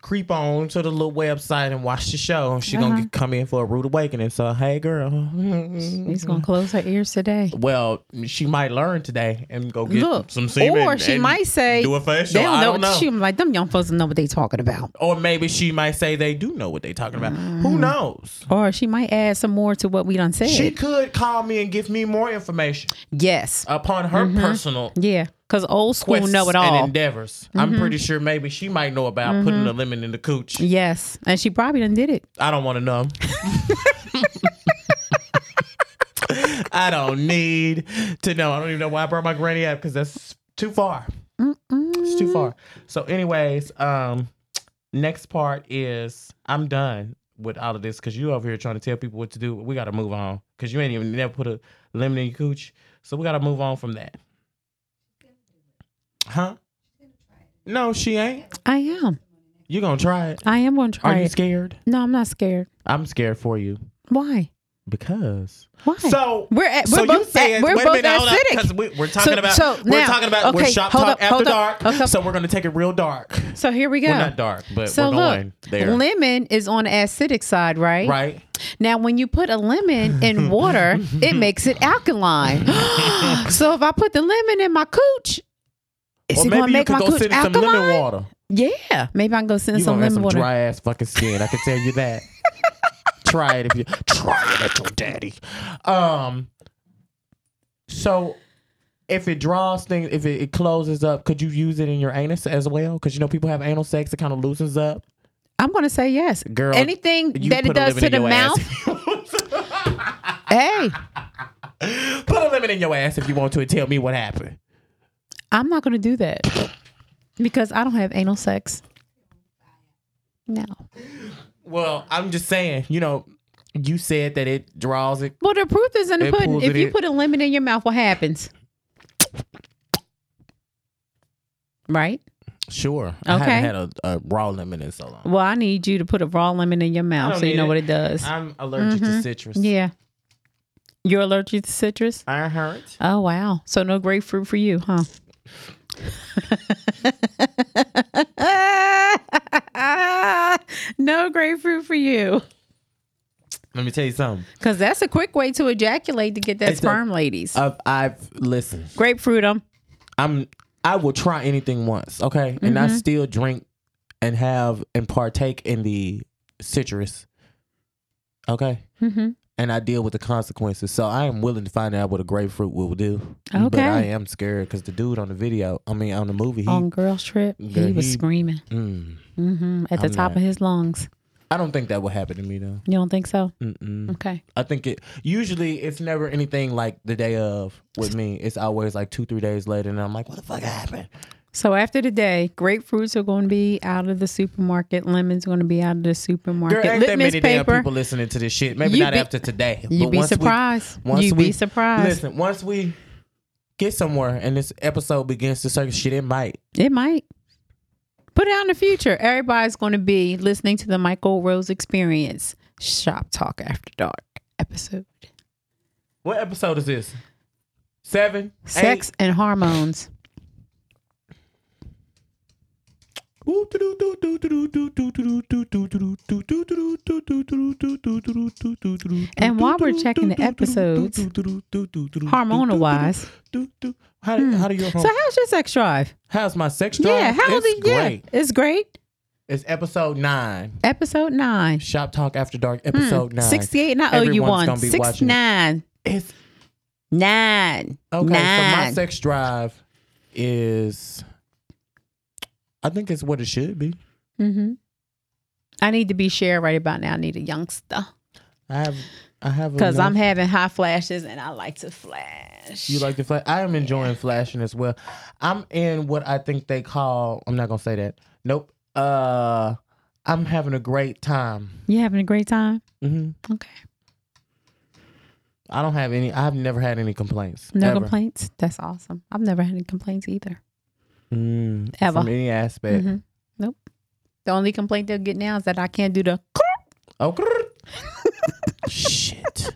Speaker 1: creep on to the little website and watch the show. and She gonna
Speaker 2: Uh-huh.
Speaker 1: get, come in for a rude awakening. So hey, girl.
Speaker 2: He's going to close her ears today.
Speaker 1: Well, she might learn today and go get
Speaker 2: Look,
Speaker 1: some semen.
Speaker 2: or she
Speaker 1: and
Speaker 2: might say
Speaker 1: do a facial.
Speaker 2: They don't
Speaker 1: I
Speaker 2: know.
Speaker 1: don't know.
Speaker 2: She like them young folks don't know what they talking about.
Speaker 1: or maybe she might say they do know what they talking about.
Speaker 2: Mm.
Speaker 1: Who knows?
Speaker 2: Or she might add some more to what we done said.
Speaker 1: She could call me and give me more information
Speaker 2: yes.
Speaker 1: upon her
Speaker 2: Mm-hmm.
Speaker 1: personal
Speaker 2: yeah. Because old school
Speaker 1: quests
Speaker 2: know it all. Mm-hmm.
Speaker 1: and endeavors. I'm pretty sure maybe she might know about putting a lemon in the cooch.
Speaker 2: yes. And she probably done did it.
Speaker 1: I don't want to know. I don't need to know. I don't even know why I brought my granny up because that's too far. It's too far. So, anyways, um, next part is I'm done with all of this because you over here trying to tell people what to do. We got to move on because you ain't even never put a lemon in your cooch. So we got to move on from that. Huh? No, she ain't.
Speaker 2: I am.
Speaker 1: You gonna try it?
Speaker 2: I am going to try
Speaker 1: Are you
Speaker 2: it.
Speaker 1: scared?
Speaker 2: no, I'm not scared.
Speaker 1: I'm scared for you
Speaker 2: Why?
Speaker 1: Because
Speaker 2: Why?
Speaker 1: so
Speaker 2: We're at-
Speaker 1: so
Speaker 2: we're
Speaker 1: you
Speaker 2: both
Speaker 1: saying
Speaker 2: at- we're
Speaker 1: wait a
Speaker 2: both
Speaker 1: minute, hold up,
Speaker 2: acidic.
Speaker 1: 'cause we, are talking
Speaker 2: So-
Speaker 1: about
Speaker 2: so
Speaker 1: we're
Speaker 2: now-
Speaker 1: talking about we're
Speaker 2: okay,
Speaker 1: shop
Speaker 2: hold
Speaker 1: talk
Speaker 2: up,
Speaker 1: after
Speaker 2: hold up,
Speaker 1: dark.
Speaker 2: okay.
Speaker 1: So we're gonna take it real dark.
Speaker 2: so here we go.
Speaker 1: We're not dark, but
Speaker 2: so
Speaker 1: we're
Speaker 2: look,
Speaker 1: going there.
Speaker 2: lemon is on the acidic side, right?
Speaker 1: right?
Speaker 2: Now, when you put a lemon in water, it makes it alkaline. so if I put the lemon in my cooch, is
Speaker 1: or
Speaker 2: it gonna
Speaker 1: maybe you
Speaker 2: make
Speaker 1: could
Speaker 2: my
Speaker 1: go
Speaker 2: cooch
Speaker 1: sit in some
Speaker 2: alkaline?
Speaker 1: lemon water.
Speaker 2: Yeah, maybe I can go send
Speaker 1: You
Speaker 2: some
Speaker 1: gonna have
Speaker 2: lemon
Speaker 1: some
Speaker 2: water.
Speaker 1: dry ass fucking skin. I can tell you that. Try it if you try it at your daddy. Um. So, if it draws things, if it, it closes up, could you use it in your anus as well? Because you know people have anal sex, it kind of loosens up.
Speaker 2: I'm gonna say yes.
Speaker 1: Girl,
Speaker 2: anything
Speaker 1: you
Speaker 2: that it
Speaker 1: put a
Speaker 2: does
Speaker 1: lemon
Speaker 2: to
Speaker 1: in
Speaker 2: the
Speaker 1: your
Speaker 2: mouth, hey,
Speaker 1: ass. Put a lemon in your ass if you want to, and tell me what happened.
Speaker 2: I'm not gonna do that because I don't have anal sex. No.
Speaker 1: Well, I'm just saying, you know, you said that it draws it.
Speaker 2: Well, the proof is in the
Speaker 1: It
Speaker 2: pudding.
Speaker 1: pulls
Speaker 2: If
Speaker 1: it
Speaker 2: you
Speaker 1: in.
Speaker 2: put a lemon in your mouth, what happens? Right.
Speaker 1: Sure, I haven't
Speaker 2: Okay.
Speaker 1: had a, a raw lemon in so long.
Speaker 2: Well, I need you to put a raw lemon in your
Speaker 1: I
Speaker 2: mouth
Speaker 1: don't
Speaker 2: so you
Speaker 1: need
Speaker 2: know
Speaker 1: it.
Speaker 2: what it does.
Speaker 1: I'm allergic to citrus.
Speaker 2: Mm-hmm. yeah. You're allergic to citrus?
Speaker 1: I heard.
Speaker 2: Oh wow. So no grapefruit for you, huh? no grapefruit for you.
Speaker 1: Let me tell you something.
Speaker 2: Cause that's a quick way to ejaculate to get that
Speaker 1: It's a-
Speaker 2: sperm, ladies.
Speaker 1: I've, I've listened.
Speaker 2: grapefruit them.
Speaker 1: I'm. I will try anything once, okay, and
Speaker 2: Mm-hmm.
Speaker 1: I still drink and have and partake in the citrus, okay,
Speaker 2: Mm-hmm.
Speaker 1: and I deal with the consequences. So I am willing to find out what a grapefruit will do. but
Speaker 2: Okay.
Speaker 1: I am scared because the dude on the video, I mean on the movie, he,
Speaker 2: On girls trip,
Speaker 1: Yeah,
Speaker 2: he was
Speaker 1: he-
Speaker 2: screaming
Speaker 1: mm,
Speaker 2: hmm at the
Speaker 1: I'm
Speaker 2: top
Speaker 1: not-
Speaker 2: of his lungs.
Speaker 1: I don't think that will happen to me though.
Speaker 2: You don't think so?
Speaker 1: Mm-mm.
Speaker 2: Okay.
Speaker 1: I think it usually it's never anything like the day of with me. It's always like two three days later, and I'm like, what the fuck happened?
Speaker 2: So after today, grapefruits are going to be out of the supermarket. Lemons are going to be out of the supermarket.
Speaker 1: There ain't that
Speaker 2: Litmus
Speaker 1: many damn
Speaker 2: paper.
Speaker 1: people listening to this shit. Maybe
Speaker 2: You
Speaker 1: not
Speaker 2: be-
Speaker 1: after today.
Speaker 2: You'd
Speaker 1: but
Speaker 2: be
Speaker 1: once we-
Speaker 2: surprised.
Speaker 1: once
Speaker 2: You'd
Speaker 1: we-
Speaker 2: be surprised.
Speaker 1: listen, once we get somewhere and this episode begins to circle shit, it might.
Speaker 2: It might. Put it out in the future. Everybody's going to be listening to the Michael Rose Experience Shop Talk After Dark episode.
Speaker 1: What episode is this? Seven?
Speaker 2: Sex and hormones.
Speaker 1: Eight?
Speaker 2: And while we're checking the episodes, Hormonal wise.
Speaker 1: How, how do you
Speaker 2: So, how's your sex drive?
Speaker 1: How's my sex drive?
Speaker 2: Yeah, how old
Speaker 1: it's
Speaker 2: are you? Yeah,
Speaker 1: great.
Speaker 2: it's great.
Speaker 1: It's episode nine.
Speaker 2: Episode nine.
Speaker 1: Shop Talk After Dark,
Speaker 2: Hmm,
Speaker 1: episode nine.
Speaker 2: 68, and I owe you
Speaker 1: Everyone's
Speaker 2: one.
Speaker 1: gonna be watching it.
Speaker 2: 69.
Speaker 1: It's
Speaker 2: Nine.
Speaker 1: Okay, so my
Speaker 2: Nine.
Speaker 1: sex drive is, I think it's what it should be.
Speaker 2: mm-hmm. I need to be shared right about now. I need a youngster
Speaker 1: I have, I have
Speaker 2: because I'm
Speaker 1: enough-
Speaker 2: having high flashes and I like to flash.
Speaker 1: You like to flash? I am enjoying flashing as well. I'm in what I think they call. I'm not gonna say that. Nope. Uh, I'm having a great time.
Speaker 2: You having a great time?
Speaker 1: hmm
Speaker 2: Okay.
Speaker 1: I don't have any. I've never had any complaints.
Speaker 2: No
Speaker 1: ever.
Speaker 2: complaints. That's awesome. I've never had any complaints either.
Speaker 1: Mm,
Speaker 2: Ever.
Speaker 1: from any aspect.
Speaker 2: Mhm. Nope. The only complaint they'll get now is that I can't do the.
Speaker 1: Oh, grrr. shit.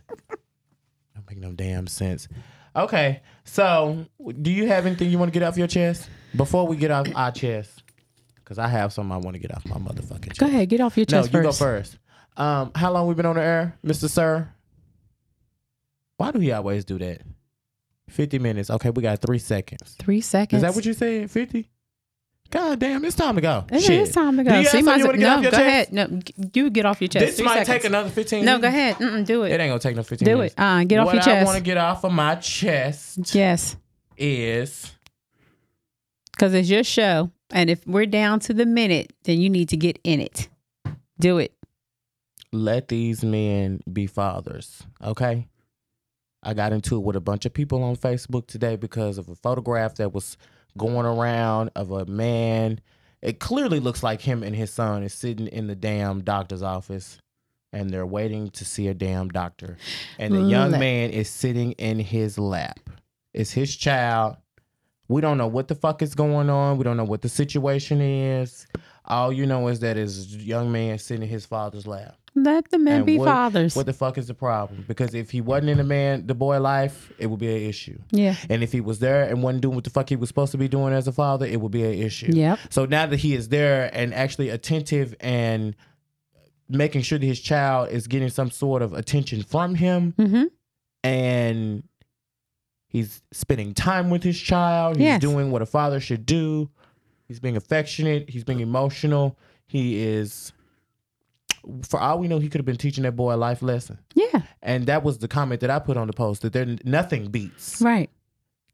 Speaker 1: Don't make no damn sense. Okay, so do you have anything you want to get off your chest before we get off our chest? Because I have something I want to get off my motherfucking chest.
Speaker 2: Go ahead, get off your
Speaker 1: No,
Speaker 2: chest
Speaker 1: you go
Speaker 2: first.
Speaker 1: first. Um, how long we been on the air, Mister Sir? Why do he always do that? Fifty minutes. Okay, we got three seconds.
Speaker 2: Three seconds.
Speaker 1: Is that what you said? Fifty. God damn, it's time to go.
Speaker 2: It
Speaker 1: Shit.
Speaker 2: is time to
Speaker 1: Do
Speaker 2: go.
Speaker 1: you
Speaker 2: So
Speaker 1: have
Speaker 2: you might
Speaker 1: something
Speaker 2: as
Speaker 1: you
Speaker 2: well,
Speaker 1: want to get
Speaker 2: no,
Speaker 1: off
Speaker 2: go
Speaker 1: your chest?
Speaker 2: ahead. No, g- you get off your chest.
Speaker 1: This
Speaker 2: Three
Speaker 1: might
Speaker 2: seconds.
Speaker 1: take another fifteen.
Speaker 2: No,
Speaker 1: minutes.
Speaker 2: go ahead. Mm-mm, do it.
Speaker 1: It ain't gonna take no 15
Speaker 2: do it.
Speaker 1: minutes.
Speaker 2: Uh, get off
Speaker 1: what
Speaker 2: your
Speaker 1: I
Speaker 2: chest.
Speaker 1: want to get off of my chest
Speaker 2: yes,
Speaker 1: is
Speaker 2: because it's your show, and if we're down to the minute, then you need to get in it. Do it.
Speaker 1: let these men be fathers, okay? I got into it with a bunch of people on Facebook today because of a photograph that was going around of a man. It clearly looks like him and his son is sitting in the damn doctor's office and they're waiting to see a damn doctor. And the young
Speaker 2: Let-
Speaker 1: man is sitting in his lap. It's his child. We don't know what the fuck is going on. We don't know what the situation is. All you know is that is young man sitting in his father's lap.
Speaker 2: Let the men
Speaker 1: And
Speaker 2: be
Speaker 1: what-
Speaker 2: fathers.
Speaker 1: What the fuck is the problem? Because if he wasn't in the man, the boy life, it would be an issue.
Speaker 2: yeah.
Speaker 1: And if he was there and wasn't doing what the fuck he was supposed to be doing as a father, it would be an issue.
Speaker 2: Yep.
Speaker 1: So now that he is there and actually attentive and making sure that his child is getting some sort of attention from him
Speaker 2: Mm-hmm.
Speaker 1: and he's spending time with his child, he's
Speaker 2: Yes.
Speaker 1: doing what a father should do, he's being affectionate, he's being emotional, he is. For all we know, he could have been teaching that boy a life lesson,
Speaker 2: Yeah.
Speaker 1: and that was the comment that I put on the post that there nothing beats
Speaker 2: Right.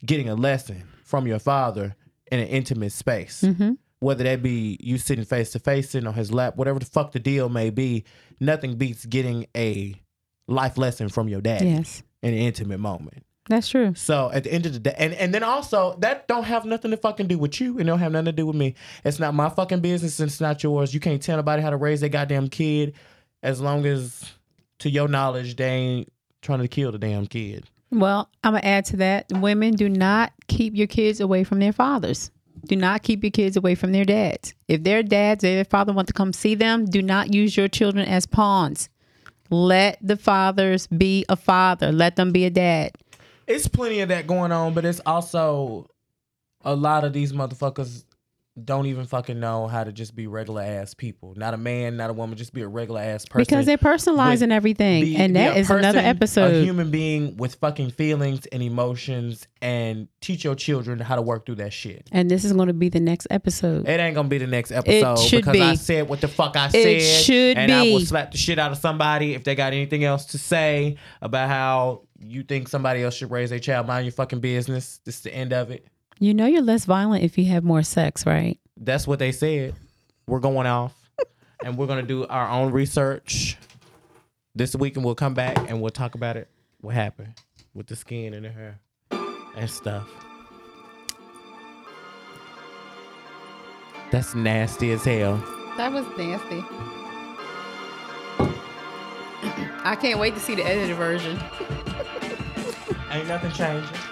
Speaker 1: getting a lesson from your father in an intimate space.
Speaker 2: Mm-hmm.
Speaker 1: Whether that be you sitting face to face, sitting on his lap, whatever the fuck the deal may be, nothing beats getting a life lesson from your dad
Speaker 2: Yes.
Speaker 1: in an intimate moment.
Speaker 2: That's true.
Speaker 1: So at the end of the day, and, and then also that don't have nothing to fucking do with you and don't have nothing to do with me. It's not my fucking business. It's not yours. You can't tell nobody how to raise their goddamn kid as long as, to your knowledge, they ain't trying to kill the damn kid.
Speaker 2: Well, I'm gonna add to that. Women do not keep your kids away from their fathers. Do not keep your kids away from their dads. If their dads or their father want to come see them, do not use your children as pawns. Let the fathers be a father. Let them be a dad.
Speaker 1: it's plenty of that going on, but it's also a lot of these motherfuckers don't even fucking know how to just be regular ass people. Not a man, not a woman, just be a regular ass person.
Speaker 2: because they're personalizing everything,
Speaker 1: Be-
Speaker 2: and
Speaker 1: be
Speaker 2: that
Speaker 1: a
Speaker 2: is another
Speaker 1: person, A
Speaker 2: episode.
Speaker 1: human being with fucking feelings and emotions, and teach your children how to work through that shit.
Speaker 2: And this is going to be the next episode.
Speaker 1: It ain't gonna be the next episode
Speaker 2: should
Speaker 1: because I
Speaker 2: be.
Speaker 1: said what the fuck I said.
Speaker 2: It should
Speaker 1: and I will
Speaker 2: be.
Speaker 1: slap the shit out of somebody if they got anything else to say about how you think somebody else should raise their child. Mind your fucking business. This is the end of it.
Speaker 2: You know, you're less violent if you have more sex, right?
Speaker 1: that's what they said. We're going off and we're going to do our own research this week and we'll come back and we'll talk about it. What happened with the skin and the hair and stuff. That's nasty as hell.
Speaker 2: That was nasty. I can't wait to see the edited version.
Speaker 1: Ain't nothing changing.